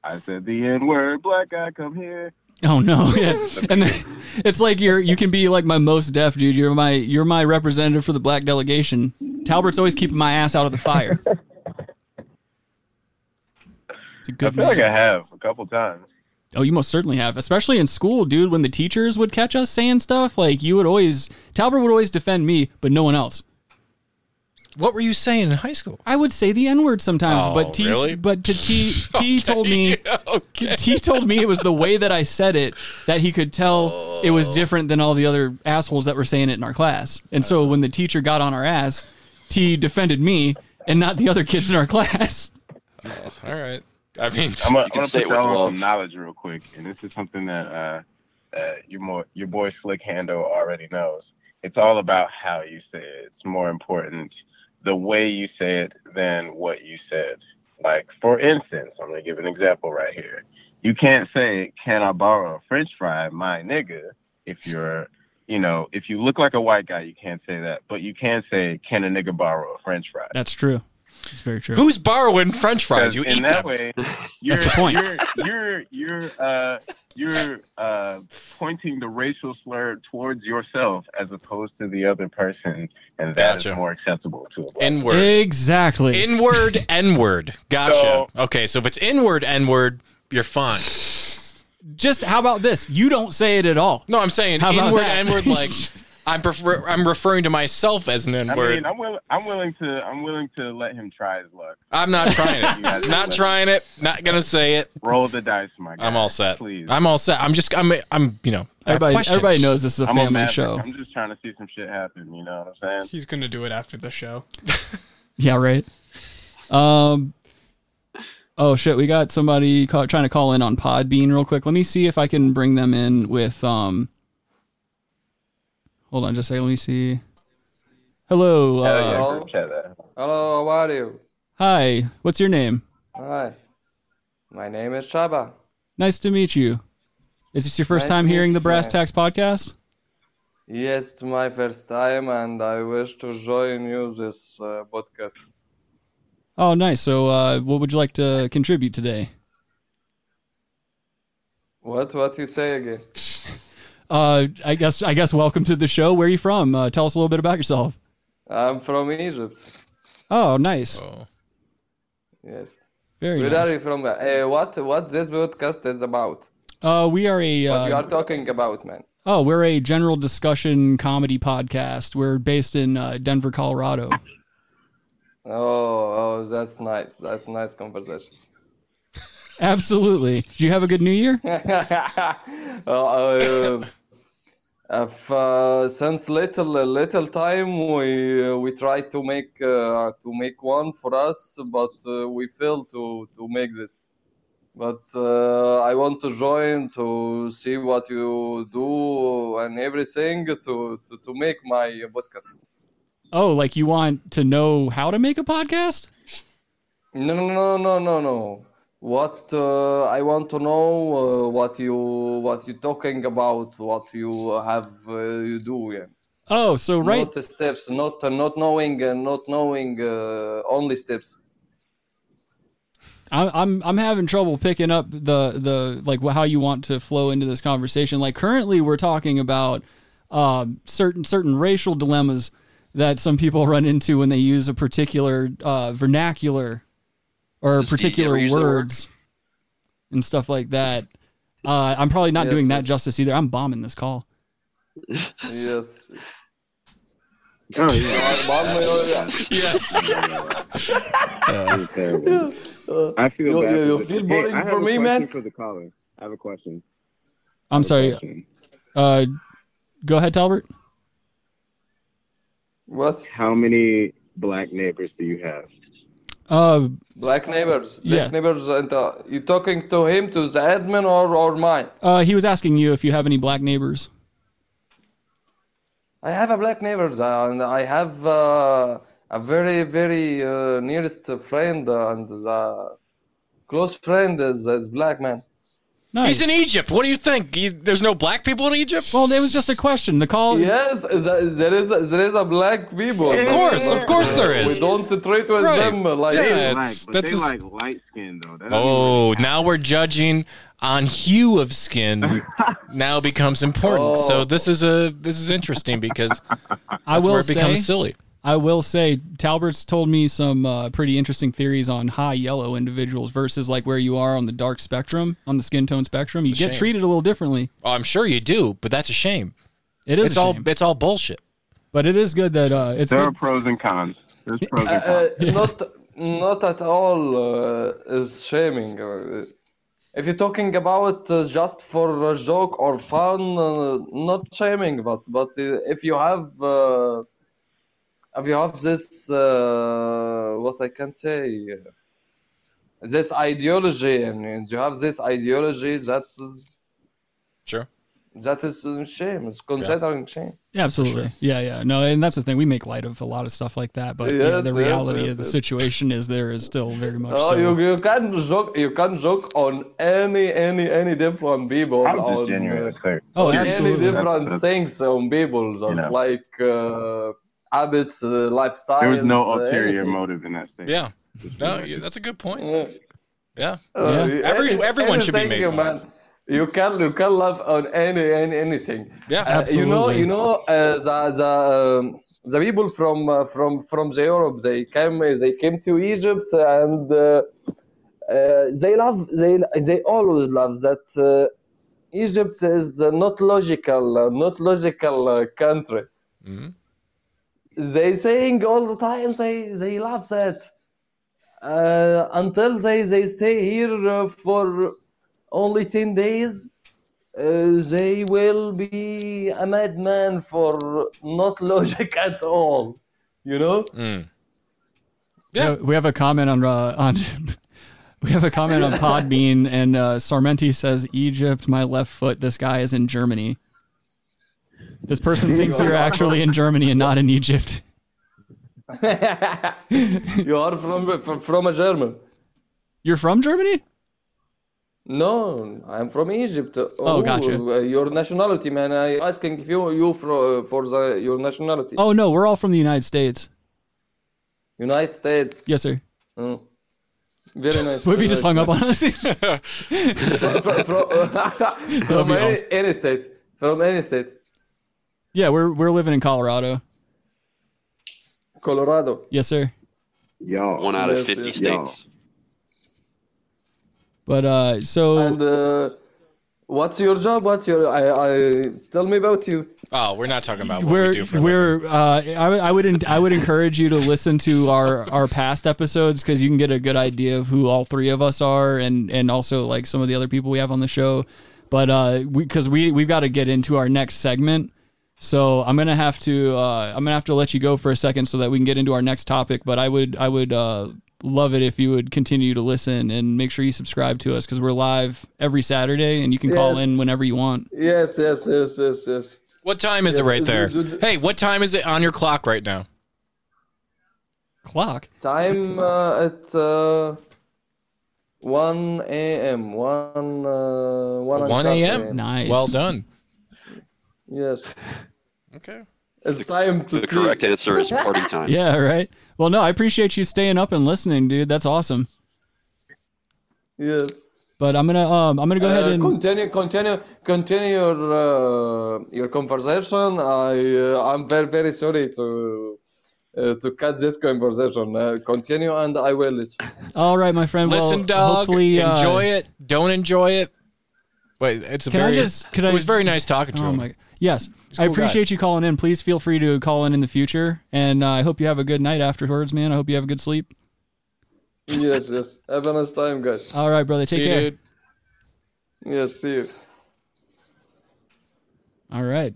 I said the N word. Black guy, come here.
Oh no! Yeah. And then, it's like you're you can be like my most deaf dude. You're my you're my representative for the black delegation. Talbert's always keeping my ass out of the fire. It's a
I
good.
feel like
measure.
I have a couple times.
Oh, you most certainly have, especially in school, dude. When the teachers would catch us saying stuff, like you would always Talbert would always defend me, but no one else.
What were you saying in high school?
I would say the N word sometimes,
Oh,
but T,
really?
but to T, T told me, T told me it was the way that I said it that he could tell it was different than all the other assholes that were saying it in our class. And so when the teacher got on our ass, T defended me and not the other kids in our class.
All right. I mean, you
I'm gonna,
can
I'm gonna
say
put
it with
y'all on
love.
some knowledge real quick, and this is something that uh, uh, your more your boy Slick Handle already knows. It's all about how you say it. It's more important the way you say it than what you said. Like for instance, I'm gonna give an example right here. You can't say, "Can I borrow a French fry, my nigga?" If you're you know, if you look like a white guy, you can't say that. But you can say, "Can a nigga borrow a French fry?"
That's true. It's very true.
Who's borrowing French fries? You
in
eat
that
them.
way, you're,
That's the point.
You're you're you're uh, you're uh, pointing the racial slur towards yourself as opposed to the other person, and that is
Gotcha.
more acceptable to a black
N word.
Exactly.
Inward, N word. Gotcha.
So-
okay, so if it's inward, N word, you're fine.
Just how about this? You don't say it at all.
No, I'm saying
How about
inward,
that?
N word. Like I'm prefer- I'm referring to myself as an N
I
word.
mean, I'm willing. I'm willing to. I'm willing to let him try his luck.
I'm not trying
You guys
it. not
let-
trying it. Not gonna say it.
Roll the dice, my guy.
I'm all set.
Please.
I'm all set. I'm just. I'm. I'm. You know. I have
Everybody-
questions.
everybody knows this is a
I'm a
family
maverick.
show.
I'm just trying to see some shit happen. You know what I'm saying?
He's going to do it after the show.
Yeah, right. Um. Oh shit, we got somebody call, trying to call in on Podbean real quick. Let me see if I can bring them in with um. Hold on, just a second. Let me see. Hello.
Hell
uh,
yeah, group chat there. Hello, how are you?
Hi. What's your name?
Hi. My name is Shaba.
Nice to meet you. Is this your first
Nice
time
to meet
hearing the
you,
Brass
man.
Tax podcast?
Yes, it's my first time, and I wish to join you this uh, podcast.
Oh, nice. So, uh, what would you like to contribute today?
What? What you say again?
Uh, I guess. I guess. Welcome to the show. Where are you from? Uh, tell us a little bit about yourself.
I'm from Egypt.
Oh, nice.
Yes.
Very
Where
nice.
are you from? Uh, what? What this podcast is about?
Uh, we are a.
What you
Uh,
are talking about, man?
Oh, we're a general discussion comedy podcast. We're based in uh, Denver, Colorado.
Oh, oh, that's nice. That's nice conversation.
Absolutely. Do you have a good New Year?
uh, if, uh, since little little time we uh, we try to make uh, to make one for us, but uh, we fail to to make this. But uh, I want to join to see what you do and everything to to, to make my podcast.
Oh, like you want to know how to make a podcast?
No, no, no, no, no, no. What uh, I want to know uh, what you what you talking about, what you have uh, you do. Yeah.
Oh, so right.
Not the steps, not not knowing, uh, not knowing uh, only steps.
I- I'm I'm having trouble picking up the the like wh- how you want to flow into this conversation. Like currently, we're talking about um, certain certain racial dilemmas that some people run into when they use a particular uh, vernacular or
Just- you
particular
ever use that word?
words and stuff like that. Uh, I'm probably not
Yeah,
doing
so-
that justice either. I'm bombing this call.
Yes.
Oh
yes.
That was terrible. Uh, I feel
You-
bad.
you-
for
you
the- Hey,
feel boring
I have
for
a
me,
question
man?
For the caller, I have a question.
I'm sorry. Uh, go ahead, Talbert.
What?
How many black neighbors do you have?
Uh,
Black neighbors. Black
Yeah.
neighbors. And uh, you talking to him, to the admin, or or mine?
uh, he was asking you if you have any black neighbors.
I have a black neighbors uh, and I have uh, a very very uh, nearest friend uh, and the close friend is, is black man.
He's in Egypt. What do you think? He's, there's no black people in Egypt?
Well, it was just a question. The call.
Yes, th- there is there is a black people.
Of course, of course there is.
We don't treat with
Right.
them like
Yeah, They it's- like, but that's they a- like
light skin though.
Oh, now we're judging on hue of skin. now becomes important.
Oh.
So this is a this is interesting because that's
I will
where it
say,
becomes silly.
I will say, Talbert's told me some uh, pretty interesting theories on high yellow individuals versus like where you are on the dark spectrum, on the skin tone spectrum.
It's
you
a
get
shame.
treated a little differently.
Oh, I'm sure you do, but that's a shame.
It is
It's
a
all
shame.
it's all bullshit.
But it is good that uh, it's
there
good.
are pros and cons. There's pros
Uh,
and cons.
uh, not not at all uh, is shaming. Uh, If you're talking about uh, just for a joke or fun, uh, not shaming, but but uh, if you have uh, if you have this uh, what I can say uh, this ideology and, and you have this ideology that's
sure
that is uh, shame. It's considering shame.
Yeah, absolutely. Yeah, yeah. No, and that's the thing. We make light of a lot of stuff like that, but yeah,
Yes,
the
yes,
reality
yes,
of the
yes.
situation is there is still very much
Oh,
so.
you, you can joke you can joke on any any any different people
I'm just
on
genuine,
uh,
sir.
Oh,
on
absolutely.
any different
That's- that's-
things on people just
know.
like uh, habits, uh, lifestyle.
There was no
uh,
ulterior
anything.
motive in that statement.
Yeah. No, yeah, that's a good point. Yeah.
Uh,
Every,
any-
everyone should be
anything,
made fun of.
man. You can you can laugh on any, any anything.
Yeah,
Uh, you know
absolutely.
you know uh, the the um, the people from uh, from from the Europe they came uh, they came to Egypt and uh, uh, they love they they always love that uh, Egypt is uh, not logical uh, not logical uh, country.
Mm-hmm.
They saying all the time they they love that uh, until they they stay here uh, for only 10 days uh, they will be a madman for not logic at all you know
Hmm. Yeah. We have a comment on uh, on we have a comment on Podbean, and uh, Sarmenti says Egypt, my left foot. This guy is in Germany. This person thinks you're actually in Germany and not in Egypt.
you are from, from from a german
You're from Germany?
no i'm from egypt oh,
gotcha.
uh, your nationality man i asking if you you for, for the your nationality
Oh no, we're all from the United States.
united states
Yes, sir.
Mm. very nice
Would be
very
just
nice.
hung up on us.
from, from, from
be
any,
awesome.
any state from any state
yeah, we're we're living in Colorado.
colorado
Yes, sir.
Y'all.
One out of
Yes,
50
yes.
states.
But uh, so
and uh, What's your job? What's your? I, I tell me about you.
Oh, we're not talking about what
Ah, we're
we do for.
we're uh, I, w- I would en- I would encourage you to listen to our our past episodes because you can get a good idea of who all three of us are and and also like some of the other people we have on the show. But uh, we because we we've got to get into our next segment, so I'm gonna have to uh, I'm gonna have to let you go for a second so that we can get into our next topic. But I would I would uh, love it if you would continue to listen and make sure you subscribe to us because we're live every Saturday and you can call
Yes.
in whenever you want.
Yes, yes, yes, yes, yes.
What time is it right there? Hey, what time is it on your clock right now?
Clock.
Time uh, at uh, one a.m. One. Uh, one. and
1
half
a.m. Well done.
Yes.
Okay.
It's time to
The correct
sleep.
answer is party time.
Yeah, right. Well, no, I appreciate you staying up and listening, dude. That's awesome.
Yes.
But I'm gonna um I'm gonna go ahead
Uh,
and
continue, continue, continue your uh, your conversation. I uh, I'm very very sorry to uh, to cut this conversation. Uh, continue, and I will listen.
all right, my friend.
Listen,
well,
dog.
Hopefully, uh,
enjoy it. Don't enjoy it. Wait, it's a
Can I
very.
just- could
it
I-
was very nice talking to
Oh
him.
my. Yes,
He's a
I
cool guy.
appreciate you calling in. Please feel free to call in in the future, and uh, I hope you have a good night afterwards, man. I hope you have a good sleep.
yes, yes. Have a nice time, guys.
All right, brother. Take care.
Yes, see you.
All right.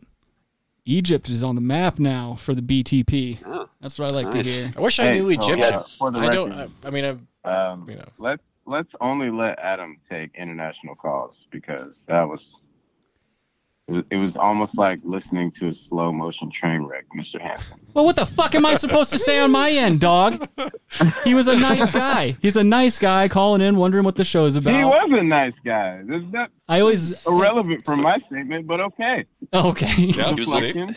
Egypt is on the map now for the BTP.
Oh.
That's what I like to hear.
I wish I knew Egyptian. I don't. I,
record.
I mean, I'm.
Um, Let's let's only let Adam take international calls because that was it was- it was almost like listening to a slow motion train wreck, Mr. Hanson.
Well, what the fuck am I supposed to say on my end, dog? He was a nice guy. He's a nice guy calling in, wondering what the show is about.
He was a nice guy. This is not
I always
irrelevant from my statement, but okay.
Okay.
Yeah, he was like-
Reflection.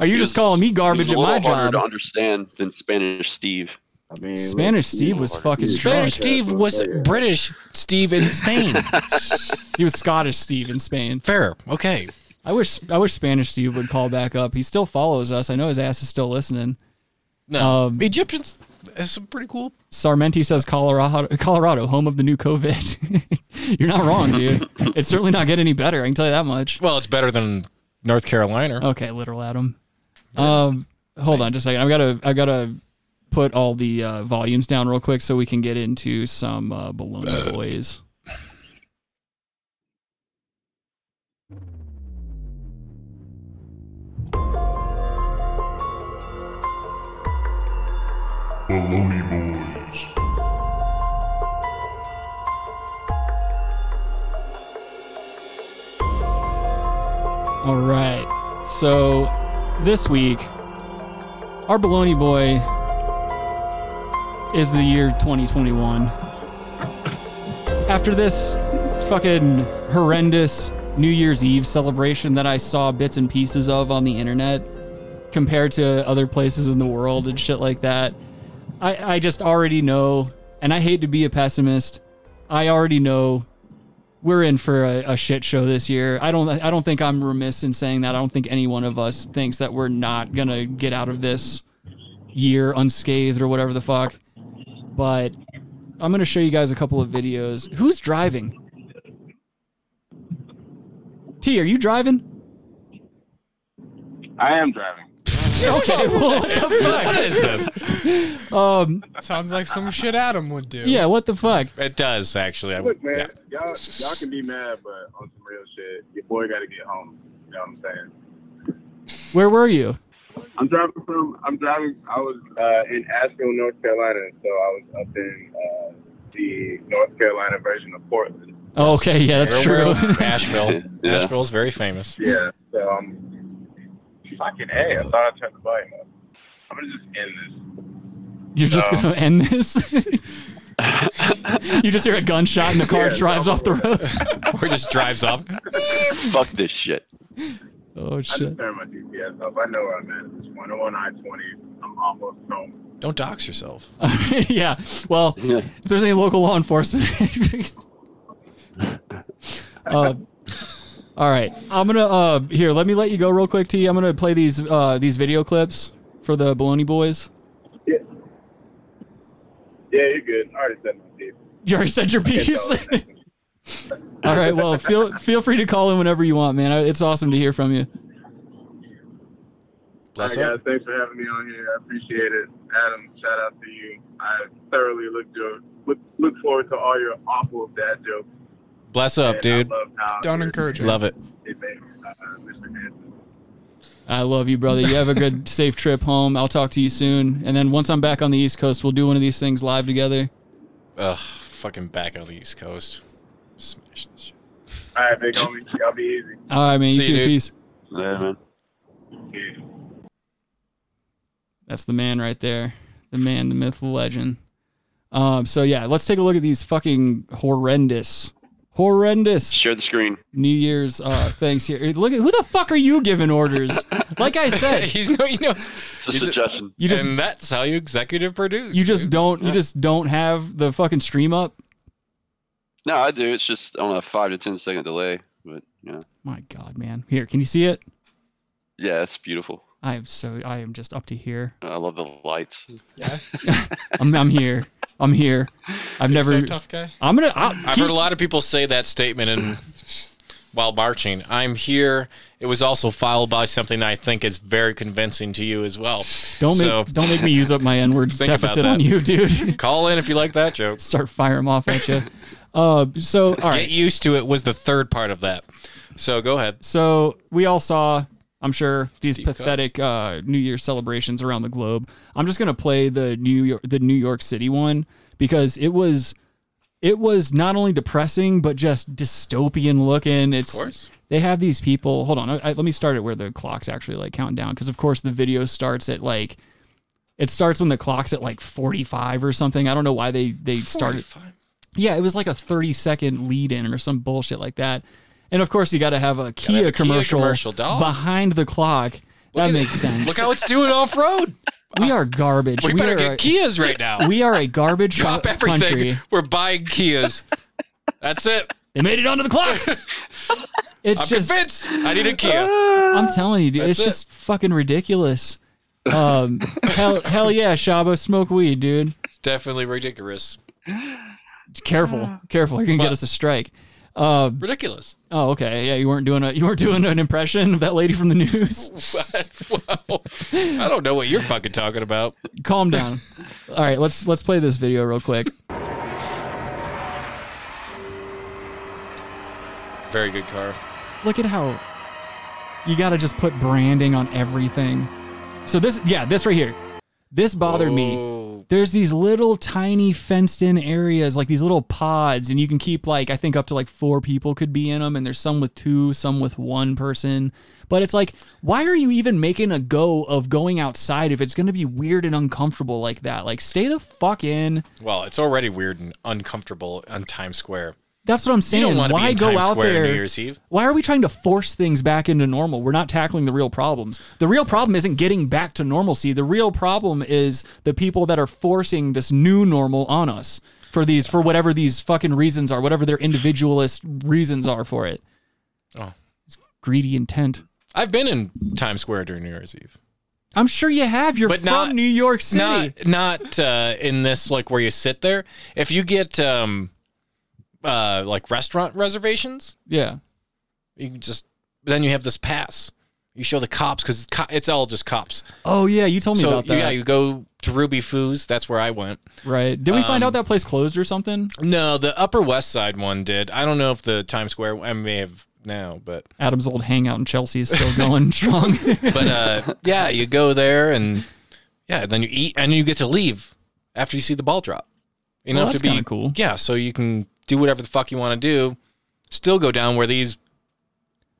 Are you just calling me garbage
He's
at
a
my
little harder
job?
to understand than Spanish Steve.
I mean,
Spanish Steve was fucking
Spanish
drunk.
Steve was British Steve in Spain.
He was Scottish Steve in Spain.
Fair. Okay.
I wish I wish Spanish Steve would call back up. He still follows us. I know his ass is still listening.
No.
Um,
Egyptians have some pretty cool.
Sarmenti says Colorado, Colorado, home of the new COVID. You're not wrong, dude. it's certainly not getting any better. I can tell you that much.
Well, it's better than North Carolina.
Okay, literal Adam. Um, hold on just a second. I've got to I've got to put all the uh, volumes down real quick so we can get into some uh, Bologna boys.
Baloney Boys.
All right. So this week, our baloney boy is the year 2021. After this fucking horrendous New Year's Eve celebration that I saw bits and pieces of on the internet compared to other places in the world and shit like that, I, I just already know, and I hate to be a pessimist, I already know we're in for a, a shit show this year. I don't I don't think I'm remiss in saying that. I don't think any one of us thinks that we're not gonna get out of this year unscathed or whatever the fuck. But I'm gonna show you guys a couple of videos. Who's driving? T, are you driving?
I am driving.
Okay, well, what the fuck?
What is this?
Um,
Sounds like some shit Adam would do.
yeah, what the fuck?
It does actually. I,
Look, man,
yeah.
y'all y'all can be mad, but on some real shit, your boy got to get home. You know what I'm saying?
Where were you?
I'm driving from. I'm driving. I was uh, in Asheville, North Carolina, so I was up in uh, the North Carolina version of Portland.
Oh, okay, yeah, that's
Everywhere
true.
else, Asheville.
Yeah.
Asheville's very famous.
Yeah. So um, fucking hey, I thought I turned the volume up. I'm gonna just end Um,
You're just
No.
gonna end this. you just hear a gunshot and the car
Yeah,
drives off the road.
or just drives off.
Fuck this shit.
Oh
this. I
shit!
just turned my GPS up. I know where I'm at. It's 101 I-20. I'm almost home.
Don't dox yourself.
yeah. Well, if there's any local law enforcement. uh, all right, I'm gonna uh, here. Let me let you go real quick, T. I'm gonna play these uh, these video clips for the Baloney Boys.
Yeah, you're good. I already said my piece.
You already said your
I can't
piece.
tell.
All right. Well, feel feel free to call in whenever you want, man. I- It's awesome to hear from you.
Bless
All right, guys, thanks for having me on here. I appreciate it. Adam, shout out to you. I thoroughly look to look, look forward to all your awful dad jokes.
Bless up, dude.
Don't encourage her.
Love it.
It made, uh, Mr. Hanson.
I love you, brother. You have a good, safe trip home. I'll talk to you soon. And then once I'm back on the East Coast, we'll do one of these things live together.
Ugh, fucking back on the East Coast. Smash this shit.
All right, big homie. Y'all be easy.
All right, man. You
See
too.
you, dude.
Peace.
Yeah, man.
That's the man right there. The man, the myth, the legend. Um, so yeah, let's take a look at these fucking horrendous, horrendous
Share the screen.
New Year's uh, things here. Look at who the fuck are you giving orders? Like I said,
he's no, he knows.
It's a suggestion.
You just-
and that's how you executive produce.
you just don't, you just don't have the fucking stream up.
No, I do. It's just on a five to ten second delay, but you know,
My God, man. Here, can you see it?
yeah, it's beautiful.
I am so, I am just up to here.
I love the lights.
Yeah.
I'm, I'm here. I'm here. I've never.
so, tough guy?
I'm gonna. I'll
I've
keep-
heard a lot of people say that statement in while marching. I'm here. It was also followed by something I think is very convincing to you as well.
Don't make
So-
don't make me use up my N word
Think about
deficit
that.
on you, dude.
Call in if you like that joke.
Start firing them off at you. Uh, so all right.
Get used to it was the third part of that. So go ahead.
So we all saw, I'm sure, these
Steve Cook.
pathetic uh, New Year's celebrations around the globe. I'm just gonna play the New York the New York City one because it was it was not only depressing but just dystopian looking. It's
course.
they have these people. Hold on, I, I- let me start it where the clock's actually like counting down because of course the video starts at like. It starts when the clock's at like 45 or something. I don't know why they they started. Yeah, it was like a 30 second lead in or some bullshit like that. And of course, you got to have a Kia
have a Kia
commercial,
commercial, dog.
behind the clock. that makes sense.
Look how it's doing off road.
we are garbage.
We better
are
get
a-
Kias right now.
We are a garbage
Drop
co-
everything.
country.
We're buying Kias. That's it.
They made it onto the clock. It's
I'm
just,
convinced. I need a Kia.
I'm telling you, dude, it's
That's it.
just fucking ridiculous. Um, hell, hell yeah, Shabo, smoke weed, dude.
It's definitely ridiculous.
Careful, careful, you're gonna get
What?
us a strike. Uh,
Ridiculous.
oh, okay, yeah, you weren't doing a, you weren't doing an impression of that lady from the news.
I don't know what you're fucking talking about.
calm down. All right, let's let's play this video real quick.
Very good car.
Look at how you got to just put branding on everything. So this yeah, this right here. This bothered me. There's these little tiny fenced in areas, like these little pods, and you can keep like I think up to like four people could be in them, and there's some with two, some with one person. But it's like, why are you even making a go of going outside if it's gonna be weird and uncomfortable like that? Like stay the fuck in.
Well, it's already weird and uncomfortable on Times Square.
That's what I'm saying.
wanna be
Why
in
go
Times
out
Square on
there?
New Year's Eve.
Why are we trying to force things back into normal? We're not tackling the real problems. The real problem isn't getting back to normalcy. The real problem is the people that are forcing this new normal on us for these for whatever these fucking reasons are, whatever their individualist reasons are for it.
Oh.
It's greedy intent.
I've been in Times Square during New Year's Eve.
I'm sure you have. You're
But
from
not-
New York City.
Not not uh, in this like where you sit there. If you get um uh like restaurant reservations,
yeah.
you can just then you have this pass. You show the cops because it's, co- it's all just cops.
Oh yeah, you told me
so
about that.
yeah, you go to Ruby Foo's. That's where I went.
right. Did we find
Um,
out that place closed or something?
No, the Upper West Side one did. I don't know if the Times Square. I may have now, but
Adam's old hangout in Chelsea is still going strong.
but uh, yeah, you go there and yeah, then you eat and you get to leave after you see the ball drop. You
Well,
don't
that's kinda cool.
Yeah, so you can do whatever the fuck you want to do, still go down where these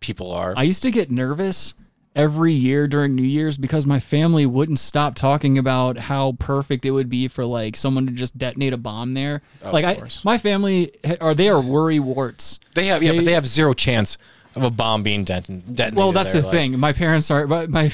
people are.
I used to get nervous every year during New Year's because my family wouldn't stop talking about how perfect it would be for like someone to just detonate a bomb there.
Of
like
course.
I, my family ha- are they are worry warts.
they have yeah,
they-
but they have zero chance of a bomb being deton- detonated.
Well, that's
there,
the
like-
thing. My parents are my, my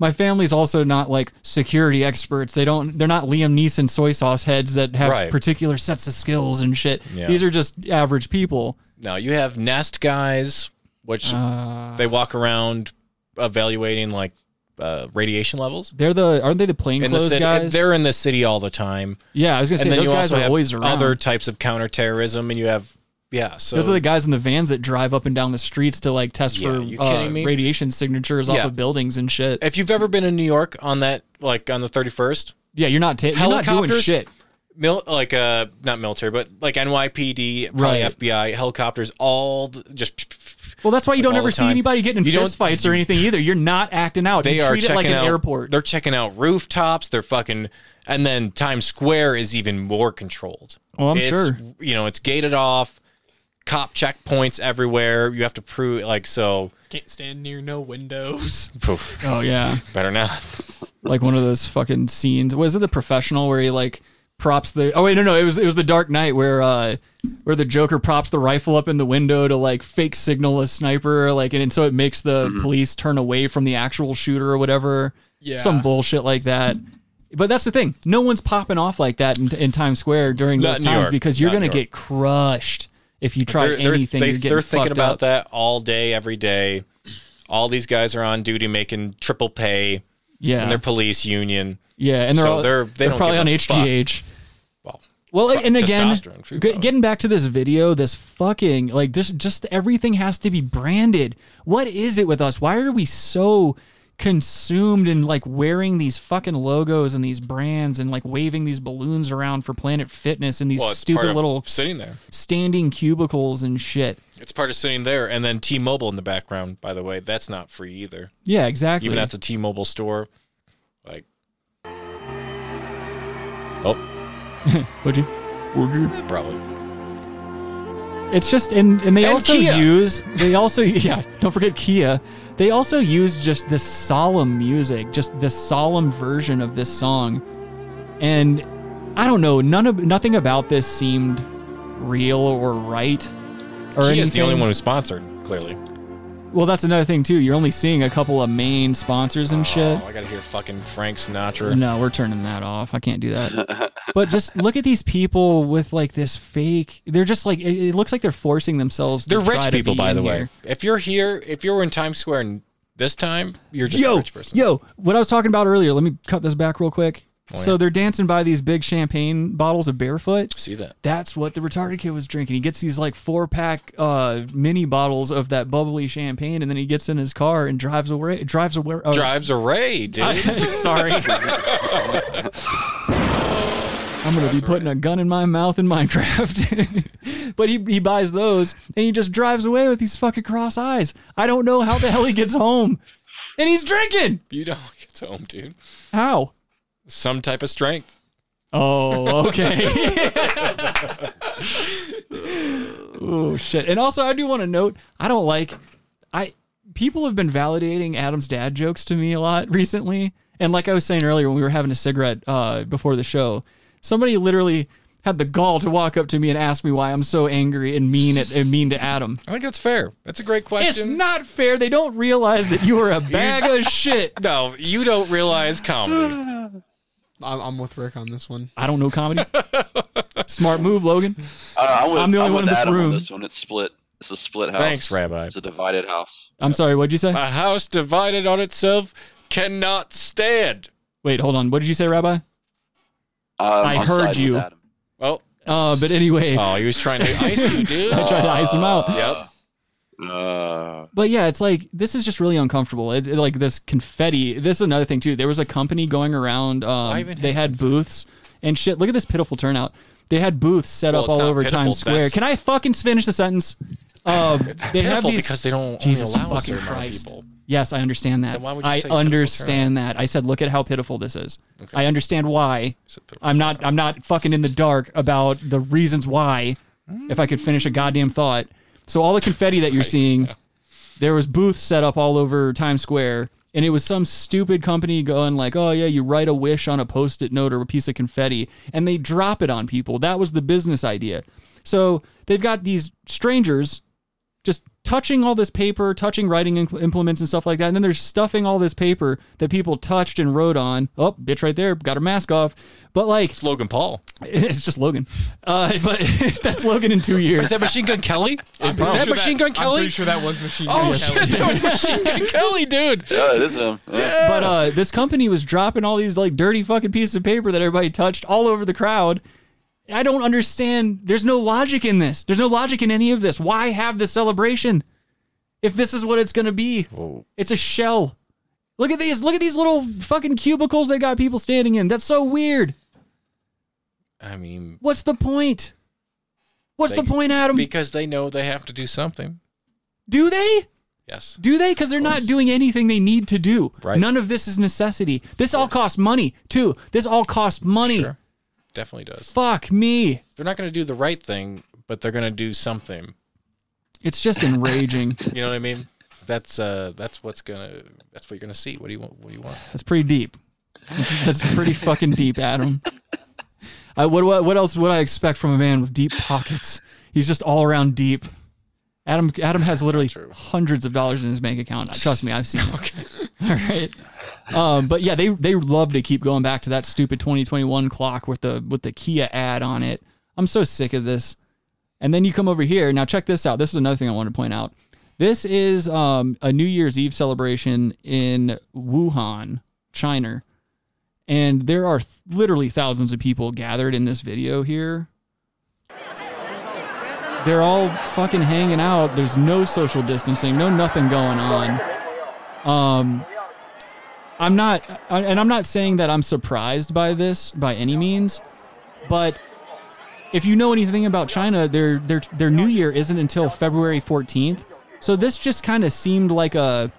my family's also not like security experts. They don't they're not Liam Neeson soy sauce heads that have
Right.
particular sets of skills and shit.
Yeah.
These are just average people.
No, you have nest guys, which
Uh,
they walk around evaluating like uh, radiation levels.
They're the aren't they the
In the
plainclothes
city,
guys?
they're in the city all the time.
yeah, I was gonna say
and then
those
you
guys
also
are
have
always around.
other types of counterterrorism, and you have Yeah. So
Those are the guys in the vans that drive up and down the streets to like test
Yeah, you
for uh,
kidding me?
radiation signatures
Yeah.
off of buildings and shit.
If you've ever been in New York on that, like on the 31st,
Yeah, you're not ta- you're not doing shit.
Mil- like uh, not military, but like NYPD, probably
Right.
FBI, helicopters, all th- just
Well, that's why you
Like,
don't
all
ever
the
see
time.
anybody getting in
You don't-
fist fights or anything either. You're not acting out.
they
Oh, you
are
treat
checking
it like an
out
airport.
They're checking out rooftops. They're fucking, and then Times Square is even more controlled.
Oh, I'm
It's-
sure.
You know, it's gated off. Cop checkpoints everywhere. You have to prove like so.
Can't stand near no windows.
Oh yeah.
better not.
like one of those fucking scenes. Was it the professional where he like props the? Oh wait, no, no, it was it was the Dark Knight where uh where the Joker props the rifle up in the window to like fake signal a sniper, like and, and so it makes the
Mm-hmm.
police turn away from the actual shooter or whatever.
Yeah.
some bullshit like that. But that's the thing. No one's popping off like that in, in Times Square during
Not
those
in New
times
York.
because you're
Not in
gonna
New York.
get crushed if you try
They're- they're-
anything.
they-
you're getting
they're thinking
fucked
about
up.
that all day, every day. All these guys are on duty making triple pay.
Yeah.
in their police union.
Yeah, and they're
so
all,
they're they
are
don't
probably
give
on
a fuck.
HGH. Well, well, and again,
testosterone,
g- getting back to this video, this fucking like this, just everything has to be branded. What is it with us? Why are we so consumed in like wearing these fucking logos and these brands and like waving these balloons around for Planet Fitness and these
Well, it's part
stupid
of
little
sitting there.
standing cubicles and shit?
It's part of sitting there, and then T-Mobile in the background. By the way, that's not free either.
Yeah, exactly.
Even at the T-Mobile store, like oh,
Would you? Would you?
probably.
It's just and and they
And
also
Kia.
use they also yeah don't forget Kia. They also use just this solemn music, just this solemn version of this song, and I don't know none of nothing about this seemed real or right. Or
Kia's the only
anything.
one who's sponsored. Clearly,
Well, that's another thing too. You're only seeing a couple of main sponsors and shit.
oh, I gotta hear fucking Frank Sinatra.
No, we're turning that off. I can't do that. but just look at these people with like this fake. They're just like it, it looks like they're forcing themselves.
They're
to try
rich
to
people,
be
by
in
the
here.
way. If you're here, if you were in Times Square and this time, you're just
yo,
a rich person.
Yo, what I was talking about earlier, let me cut this back real quick.
Oh,
so
yeah.
they're dancing by these big champagne bottles of barefoot.
See that?
That's what the retarded kid was drinking. He gets these like four pack uh, mini bottles of that bubbly champagne, and then he gets in his car and drives away. Drives away. uh,
Drives a ray, dude.
Sorry. I'm gonna be putting a gun in my mouth in Minecraft. but he, he buys those and he just drives away with these fucking cross eyes. I don't know how the hell he gets home. And he's drinking.
you don't get home, dude.
How?
Some type of strength.
Oh, okay. oh shit. And also I do want to note, I don't like I people have been validating Adam's dad jokes to me a lot recently. And like I was saying earlier when we were having a cigarette uh, before the show, somebody literally had the gall to walk up to me and ask me why I'm so angry and mean at, and mean to Adam.
I think that's fair. That's a great question.
It's not fair. They don't realize that you are a bag of shit.
No, you don't realize comedy.
I'm, I'm with Rick on this one.
I don't know comedy. Smart move, Logan.
Uh, I
I'm the only
I'm
one in
with
this
Adam on
room.
This one, it's split. It's a split house.
Thanks, Rabbi.
It's a divided house.
I'm sorry, what'd you say?
A house divided on itself cannot stand.
Wait, hold on. What did you say, Rabbi?
Um,
I
I'm
heard
siding
you.
with Adam.
Oh.
Uh, but anyway.
Oh, he was trying to ice you, dude.
I tried to ice him out.
Yep.
Uh,
But yeah, it's like this is just really uncomfortable. It, it- like this confetti. This is another thing too. There was a company going around. Um,
even
they had booths and shit. Look at this pitiful turnout. They had booths set
Well,
up
it's
all
not
over
pitiful,
Times Square.
that's-
Can I fucking finish the sentence? Um, they have
pitiful
these
because they don't only
Jesus
allow a
fucking
certain amount of
Christ.
people.
Yes, I understand that.
Then why would you
I
say pitiful
understand that. I said, look at how pitiful this is. I understand why. I'm not. I'm not fucking in the dark about the reasons why. If I could finish a goddamn thought. So all the confetti that you're seeing, there was booths set up all over Times Square, and it was some stupid company going like, "Oh yeah, you write a wish on a post-it note or a piece of confetti, and they drop it on people." That was the business idea. So they've got these strangers just touching all this paper, touching writing im- implements and stuff like that. And then they're stuffing all this paper that people touched and wrote on. Oh, bitch right there, got her mask off. But like,
It's Logan Paul.
it's just Logan. Uh, but that's Logan in two years.
Is that Machine Gun Kelly? Is
pretty
that
sure
Machine
that-
Gun
I'm
Kelly?
pretty
sure that was Machine
oh,
Gun
shit, that was Machine Gun Kelly, dude.
yeah, uh, it is um, him. Yeah.
But uh, this company was dropping all these like dirty fucking pieces of paper that everybody touched all over the crowd. I don't understand. There's no logic in this. There's no logic in any of this. Why have this celebration if this is what it's going to be? It's a shell. Look at these. Look at these little fucking cubicles they got people standing in. That's so weird.
I mean,
What's the point? What's
they-
the point, Adam?
Because they know they have to do something.
Do they?
Yes.
Do they? Because they're not doing anything they need to do. Right. None of this is necessity. This all costs money too. This all costs money.
Sure. Definitely does.
Fuck me.
They're not going to do the right thing, but they're going to do something.
It's just enraging.
You know what I mean? That's uh, that's what's gonna that's what you're gonna see. What do you want? What do you want?
That's pretty deep. That's, that's pretty fucking deep, Adam. I, what, what what else would I expect from a man with deep pockets? He's just all around deep. Adam Adam has literally hundreds of dollars in his bank account. Trust me, I've seen. It. okay. All right. Um, but yeah, they they love to keep going back to that stupid 2021 clock with the with the Kia ad on it. I'm so sick of this. And then you come over here. Now check this out. This is another thing I want to point out. This is um, a New Year's Eve celebration in Wuhan, China, and there are th- literally thousands of people gathered in this video here. They're all fucking hanging out. There's no social distancing, no nothing going on. Um, I'm not, I- and I'm not saying that I'm surprised by this by any means, but if you know anything about China, their their their New Year isn't until February 14th. So this just kind of seemed like a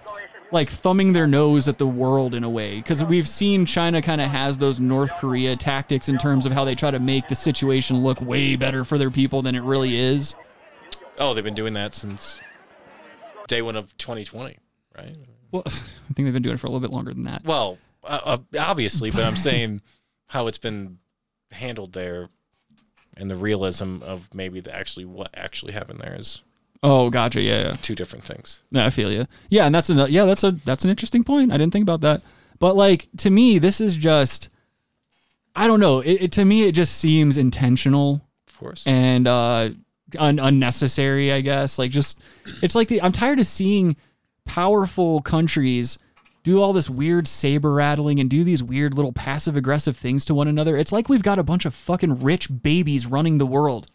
like thumbing their nose at the world in a way because we've seen China kind of has those North Korea tactics in terms of how they try to make the situation look way better for their people than it really is.
Oh, they've been doing that since day one of 2020, right?
Well, I think they've been doing it for a little bit longer than that.
Well, uh, uh, obviously, but I'm saying how it's been handled there and the realism of maybe the actually what actually happened there is
Oh, gotcha. Yeah, yeah.
two different things.
No, I feel you. Yeah, and that's another. Yeah, that's a that's an interesting point. I didn't think about that. But like to me, this is just. I don't know. It, it to me, it just seems intentional, of
course,
and uh, un- unnecessary. I guess like just it's like the I'm tired of seeing powerful countries do all this weird saber rattling and do these weird little passive aggressive things to one another. It's like we've got a bunch of fucking rich babies running the world,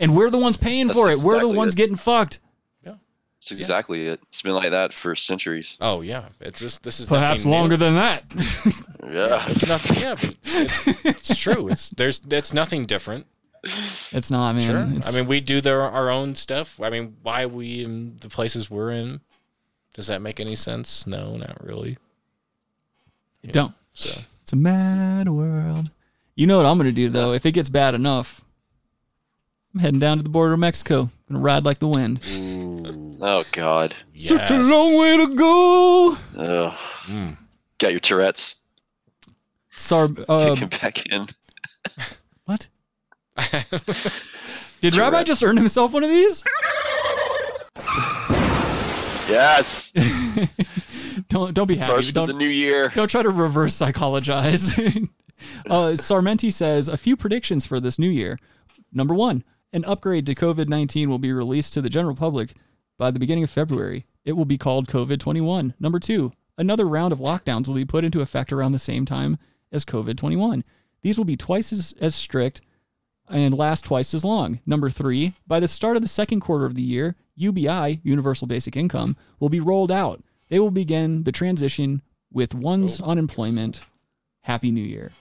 and we're the ones paying
That's
for it. We're the
exactly
ones
it.
getting fucked.
It's exactly it. It's been like that for centuries.
Oh yeah, it's just this is
Perhaps
nothing new.
longer than that.
Yeah,
it's nothing. Yeah, but it's, it's true. It's there's that's nothing different.
It's not, man.
Sure.
It's-
I mean, we do their, our own stuff. I mean, why we in the places we're in? Does that make any sense? No, not really.
You don't. It's a mad world. You know what I'm gonna do though? If it gets bad enough, I'm heading down to the border of Mexico. Gonna ride like the wind.
Oh God.
Such a long way to go.
Ugh.
Hmm.
Got your Tourette's.
Sar,
Kick
uh,
him back in.
what? Did Rabbi just earn himself one of these?
Yes.
Don't don't be happy.
First
don't,
of the new year.
Don't try to reverse psychologize. uh, Sarmenti says a few predictions for this new year. Number one, an upgrade to COVID 19 will be released to the general public by the beginning of February. It will be called COVID 21. Number two, another round of lockdowns will be put into effect around the same time as COVID 21. These will be twice as, as strict and last twice as long. Number three, by the start of the second quarter of the year, UBI, Universal Basic Income, will be rolled out. They will begin the transition with one's
Oh.
unemployment. Happy New Year.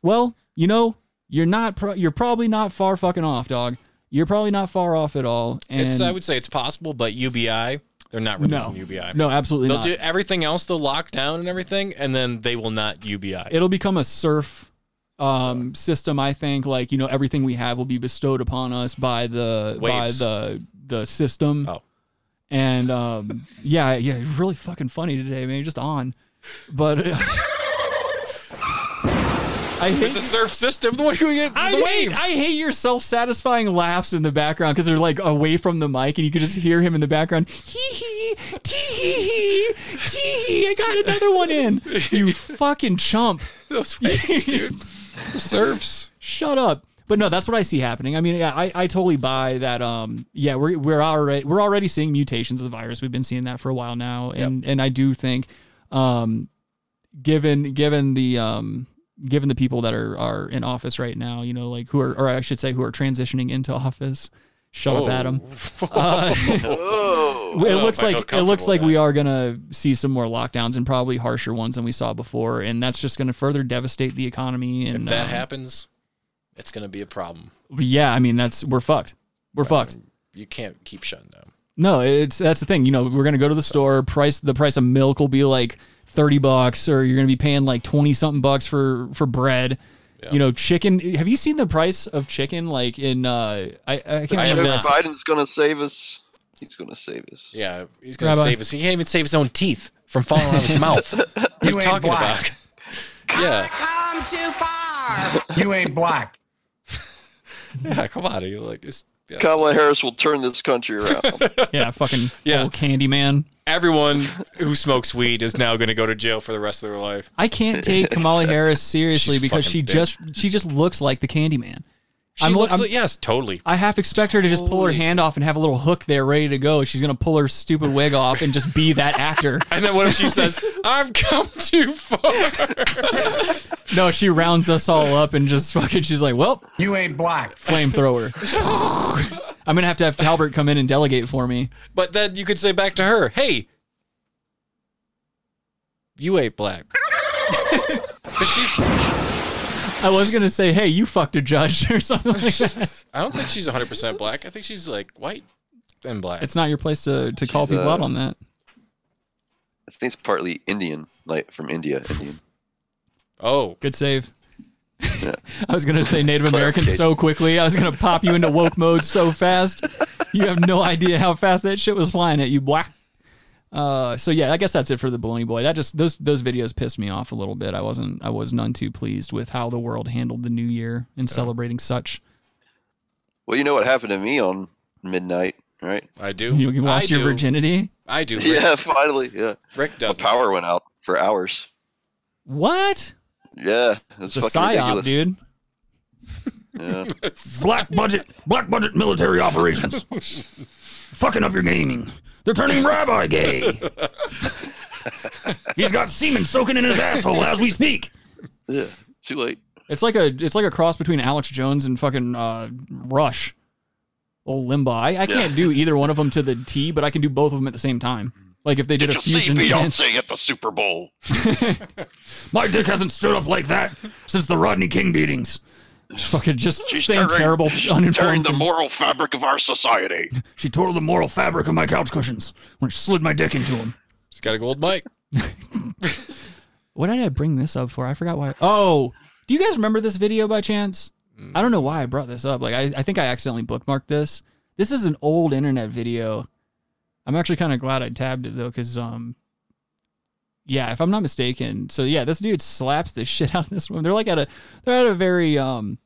Well, you know, you're not. Pro- you're probably not far fucking off, dog. You're probably not far off at all. And
it's I would say it's possible, but UBI they're not releasing
No.
UBI.
No, absolutely
They'll
not.
do everything else. They'll lock down and everything, and then they will not UBI.
it'll become a surf um, system. I think, like you know, everything we have will be bestowed upon us by the
Waves.
by the the system. Oh, and um, yeah, yeah, you're really fucking funny today, man. You're just on, but. uh, I hate
it's a surf system. What are we get? The
I hate,
waves.
I hate your self-satisfying laughs in the background because they're like away from the mic and you can just hear him in the background. Hee hee, tee hee, tee hee. I got another one in. You fucking chump.
Those waves, dude. Surfs.
Shut up. But no, that's what I see happening. I mean, yeah, I, I totally buy that. Um, yeah, we're we're already we're already seeing mutations of the virus. We've been seeing that for a while now, and and I do think, um, given given the um given the people that are are in office right now, you know, like who are, or I should say, who are transitioning into office. Shut
Whoa.
up, Adam. Uh, it
Well,
looks
if I
like
feel
it
comfortable
looks like we are gonna see some more lockdowns and probably harsher ones than we saw before, and that's just gonna further devastate the economy.
if
And
that
um,
happens, it's going to be a problem.
yeah, I mean that's we're fucked. We're fucked.
You can't keep shutting down.
No, it's that's the thing. You know, we're gonna go to the store. Price the price of milk will be like thirty bucks, or you're gonna be paying like twenty something bucks for for bread. You know, chicken. Have you seen the price of chicken? Like in uh, I I can't
I
remember.
know
this.
Biden's gonna save us. He's gonna save us.
Yeah, he's going to
Rabbi?
save us. He can't even save his own teeth from falling out of his mouth. What are you
ain't
talking
black.
about? yeah,
Come too far. you ain't black.
yeah. Come on, you like it's, yeah.
Kamala Harris will turn this country around.
Yeah, fucking
Yeah.
old candy man.
Everyone who smokes weed is now going to go to jail for the rest of their life.
I can't take Kamala Harris seriously
She's
because
fucking
she
bitch.
just she just looks like the candy man.
She looks like yes, totally.
I half expect her to just pull her hand off and have a little hook there ready to go. She's gonna pull her stupid wig off and just be that actor.
And then what if she says, "I've come too far"?
No, she rounds us all up and just fucking. She's like, "Well,
You ain't black.
flamethrower." I'm gonna have to have Talbert come in and delegate for me.
But then you could say back to her, "Hey, you ain't black."
I was gonna say, "Hey, you fucked a judge" or something like that.
I don't think she's 100 percent black. I think she's like white and black.
It's not your place to to call
She's,
people out
uh,
on that.
I think it's partly Indian, like from India. Indian.
Oh,
good save.
Yeah.
I was gonna say Native American
Clarification.
so quickly. I was gonna pop you into woke mode so fast. You have no idea how fast that shit was flying at you, boy. Uh, so yeah, I guess that's it for the baloney boy. That just those those videos pissed me off a little bit. I wasn't I was none too pleased with how the world handled the new year and celebrating such.
Well, you know what happened to me on midnight, right?
I do.
You lost your virginity.
I do.
Yeah, finally. Yeah.
Rick does.
The power went out for hours.
What?
Yeah, it's
It's a
fucking
psyop,
ridiculous.
dude.
Yeah.
Black budget, black budget military operations. Fucking up your gaming. They're turning Rabbi gay. He's got semen soaking in his asshole as we speak.
Yeah, too late.
It's like a it's like a cross between Alex Jones and fucking uh, Rush. Old Limbaugh. I, I can't do either one of them to the T, but I can do both of them at the same time. Like if they did,
Did
a
you see
fusion. dance.
Beyonce at the Super Bowl? My dick hasn't stood up like that since the Rodney King beatings.
Fucking just
She's
saying
tearing-
terrible,
she's tearing
uninformed
the
things.
moral fabric of our society. She tore the moral fabric of my couch cushions when I slid my dick into them.
She's got a gold mic.
What did I bring this up for? I forgot why. Oh, do you guys remember this video by chance? I don't know why I brought this up. Like, I, I think I accidentally bookmarked this. This is an old internet video. I'm actually kind of glad I tabbed it though, because um, yeah, if I'm not mistaken, so yeah, this dude slaps the shit out of this woman. They're like at a they're at a very um,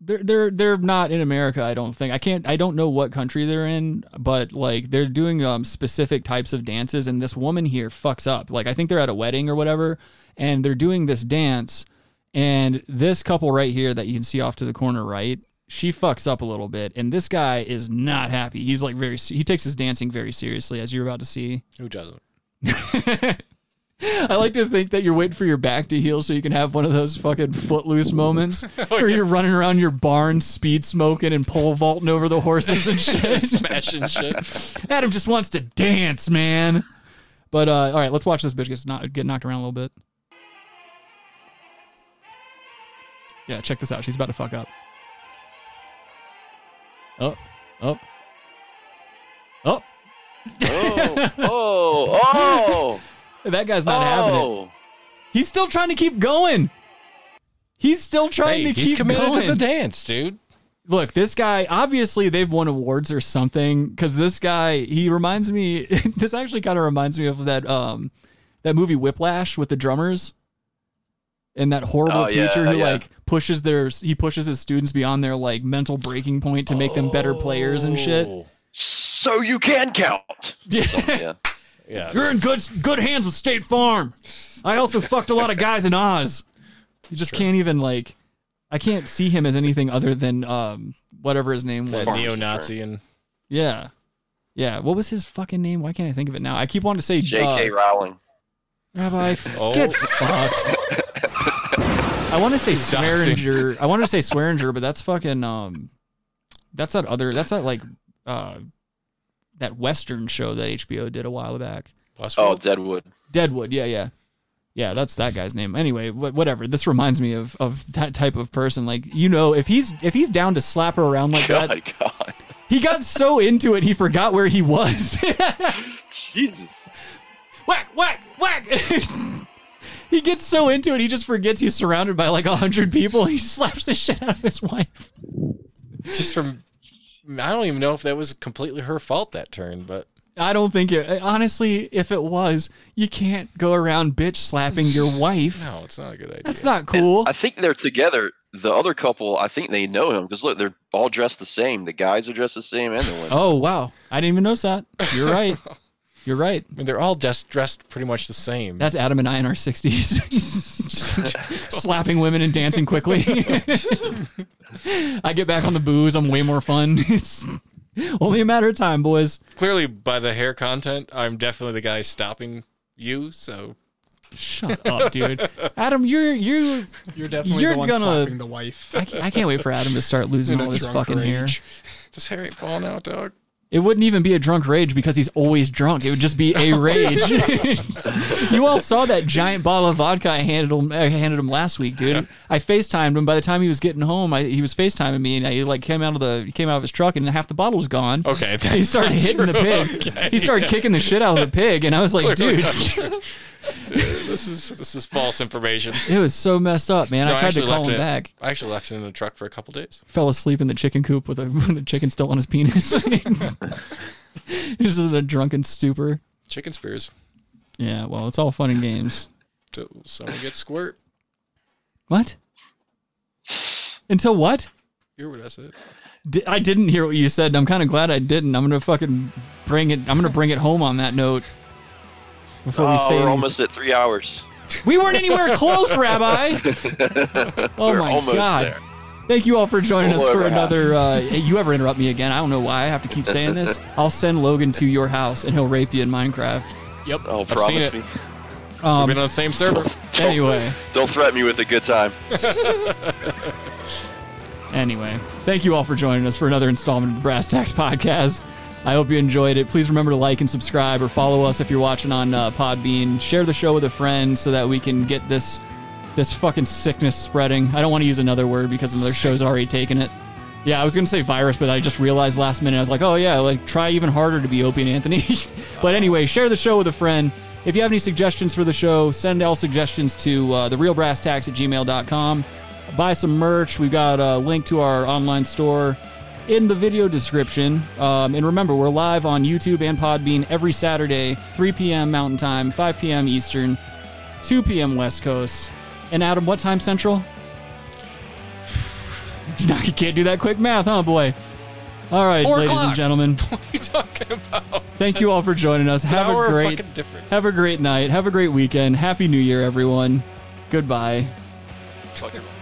they're they're they're not in America. I don't think I can't I don't know what country they're in, but like they're doing um specific types of dances, and this woman here fucks up. Like I think they're at a wedding or whatever, and they're doing this dance, and this couple right here that you can see off to the corner right. She fucks up a little bit, and this guy is not happy. He's like very, se- he takes his dancing very seriously, as you're about to see.
Who doesn't?
I like to think that you're waiting for your back to heal so you can have one of those fucking footloose moments
Oh,
where you're running around your barn, speed smoking and pole vaulting over the horses and shit.
Smashing shit.
Adam just wants to dance, man. But uh, all right, let's watch this bitch get, knocked- get knocked around a little bit. Yeah, check this out. She's about to fuck up. Oh, Up, up, up.
Oh, oh, oh.
That guy's not having it.
Oh.
He's still trying to keep going. He's still trying
Hey,
to
he's
keep
committed
going.
to the dance, dude.
Look, this guy, obviously they've won awards or something cuz this guy, he reminds me this actually kind of reminds me of that um that movie Whiplash with the drummers and that horrible
Oh, yeah,
teacher who
yeah.
like pushes their he pushes his students beyond their like mental breaking point to make them better players and
Oh.
shit.
So you can count.
Yeah.
yeah.
You're in good good hands with State Farm.
I also fucked a lot of guys in Oz. You just can't even like I can't see him as anything other than um whatever his name was.
That neo-Nazi and
Yeah. Yeah. What was his fucking name? Why can't I think of it now? I keep wanting to say
J.K.
uh,
Rowling.
Rabbi,
Oh.
get fucked. I want to say
Doxing.
Swearinger. I wanted to say Swearinger, but that's fucking um, that's that other. That's that like uh, that Western show that HBO did a while back.
Oh, Deadwood.
Deadwood. Yeah, yeah, yeah. That's that guy's name. Anyway, wh- whatever. This reminds me of of that type of person. Like you know, if he's if he's down to slap her around like that, he got so into it he forgot where he was.
Jesus.
Whack, whack, whack. he gets so into it he just forgets he's surrounded by like a hundred people. He slaps the shit out of his wife.
Just from, I don't even know if that was completely her fault that turn, but
I don't think it. Honestly, if it was, you can't go around bitch slapping your wife.
No, it's not a good idea.
That's not cool.
I think they're together. The other couple, I think they know him because look, they're all dressed the same. The guys are dressed the same, and the women.
Oh wow, I didn't even notice that. You're right. You're right.
I mean, they're all just dressed pretty much the same.
That's Adam and I in our sixties, slapping women and dancing quickly. I get back on the booze. I'm way more fun. It's only a matter of time, boys.
Clearly, by the hair content, I'm definitely the guy stopping you. So
Shut up, dude. Adam, you're you're
You're definitely
You're
the one
gonna-
slapping the wife.
I, I can't wait for Adam to start losing
In a
all this
drunk
fucking hair.
rage. This hair ain't falling out, dog.
It wouldn't even be a drunk rage because he's always drunk. It would just be a rage. you all saw that giant bottle of vodka I handed him, I handed him last week, dude. I FaceTimed him. By the time he was getting home, I, he was FaceTiming me, and I, he like came out of the he came out of his truck, and half the bottle was gone.
Okay,
he
that's
started
not
hitting the
true.
pig.
Okay,
He started
yeah.
kicking the shit out of the pig, and I was like,
Clearly
dude,
not true. Yeah, this is this is false information.
it was so messed up, man.
No,
I tried to
actually
call
left
him
it-
back.
I actually left it in the truck for a couple days.
fell asleep in the chicken coop with, a, with the chicken still on his penis. Just in a drunken stupor.
Chicken spears.
Yeah, well, it's all fun and games.
So someone gets squirt.
What? Until what?
Hear what I said.
Di- I didn't hear what you said, and I'm kind of glad I didn't. I'm gonna fucking bring it. I'm gonna bring it home on that note. Before we
Oh,
say,
we're
anything.
almost at three hours.
We weren't anywhere close, Rabbi. oh
We're
my
almost
god!
there.
Thank you all for joining us
Lord,
for
we're half.
another. Uh, hey, you ever interrupt me again? I don't know why I have to keep saying this. I'll send Logan to your house, and he'll rape you in Minecraft.
Yep.
Oh,
I've seen
promise
it.
me.
Um,
We've been on the same server.
Anyway.
Don't threaten me with a good time.
Anyway, thank you all for joining us for another installment of the Brass Tax Podcast. I hope you enjoyed it. Please remember to like and subscribe or follow us if you're watching on uh, Podbean. Share the show with a friend so that we can get this this fucking sickness spreading. I don't want to use another word because another show's already taken it. Yeah, I was gonna say virus, but I just realized last minute I was like, oh yeah, like try even harder to be Opie and Anthony. but anyway, share the show with a friend. If you have any suggestions for the show, send all suggestions to uh, therealbrasstax at gmail.com. Buy some merch. We've got a link to our online store in the video description. Um, and remember, we're live on YouTube and Podbean every Saturday, 3 p.m. Mountain Time, 5 p.m. Eastern, 2 p.m. West Coast. And Adam, what time Central? Now you can't do that quick math, huh, boy? All right,
Four
ladies and
o'clock.
gentlemen. What are you talking about? Thank you all for joining us.
It's an
have
hour
a
of
great,
fucking difference.
have a great night. Have a great weekend. Happy New Year, everyone. Goodbye.
Fucking-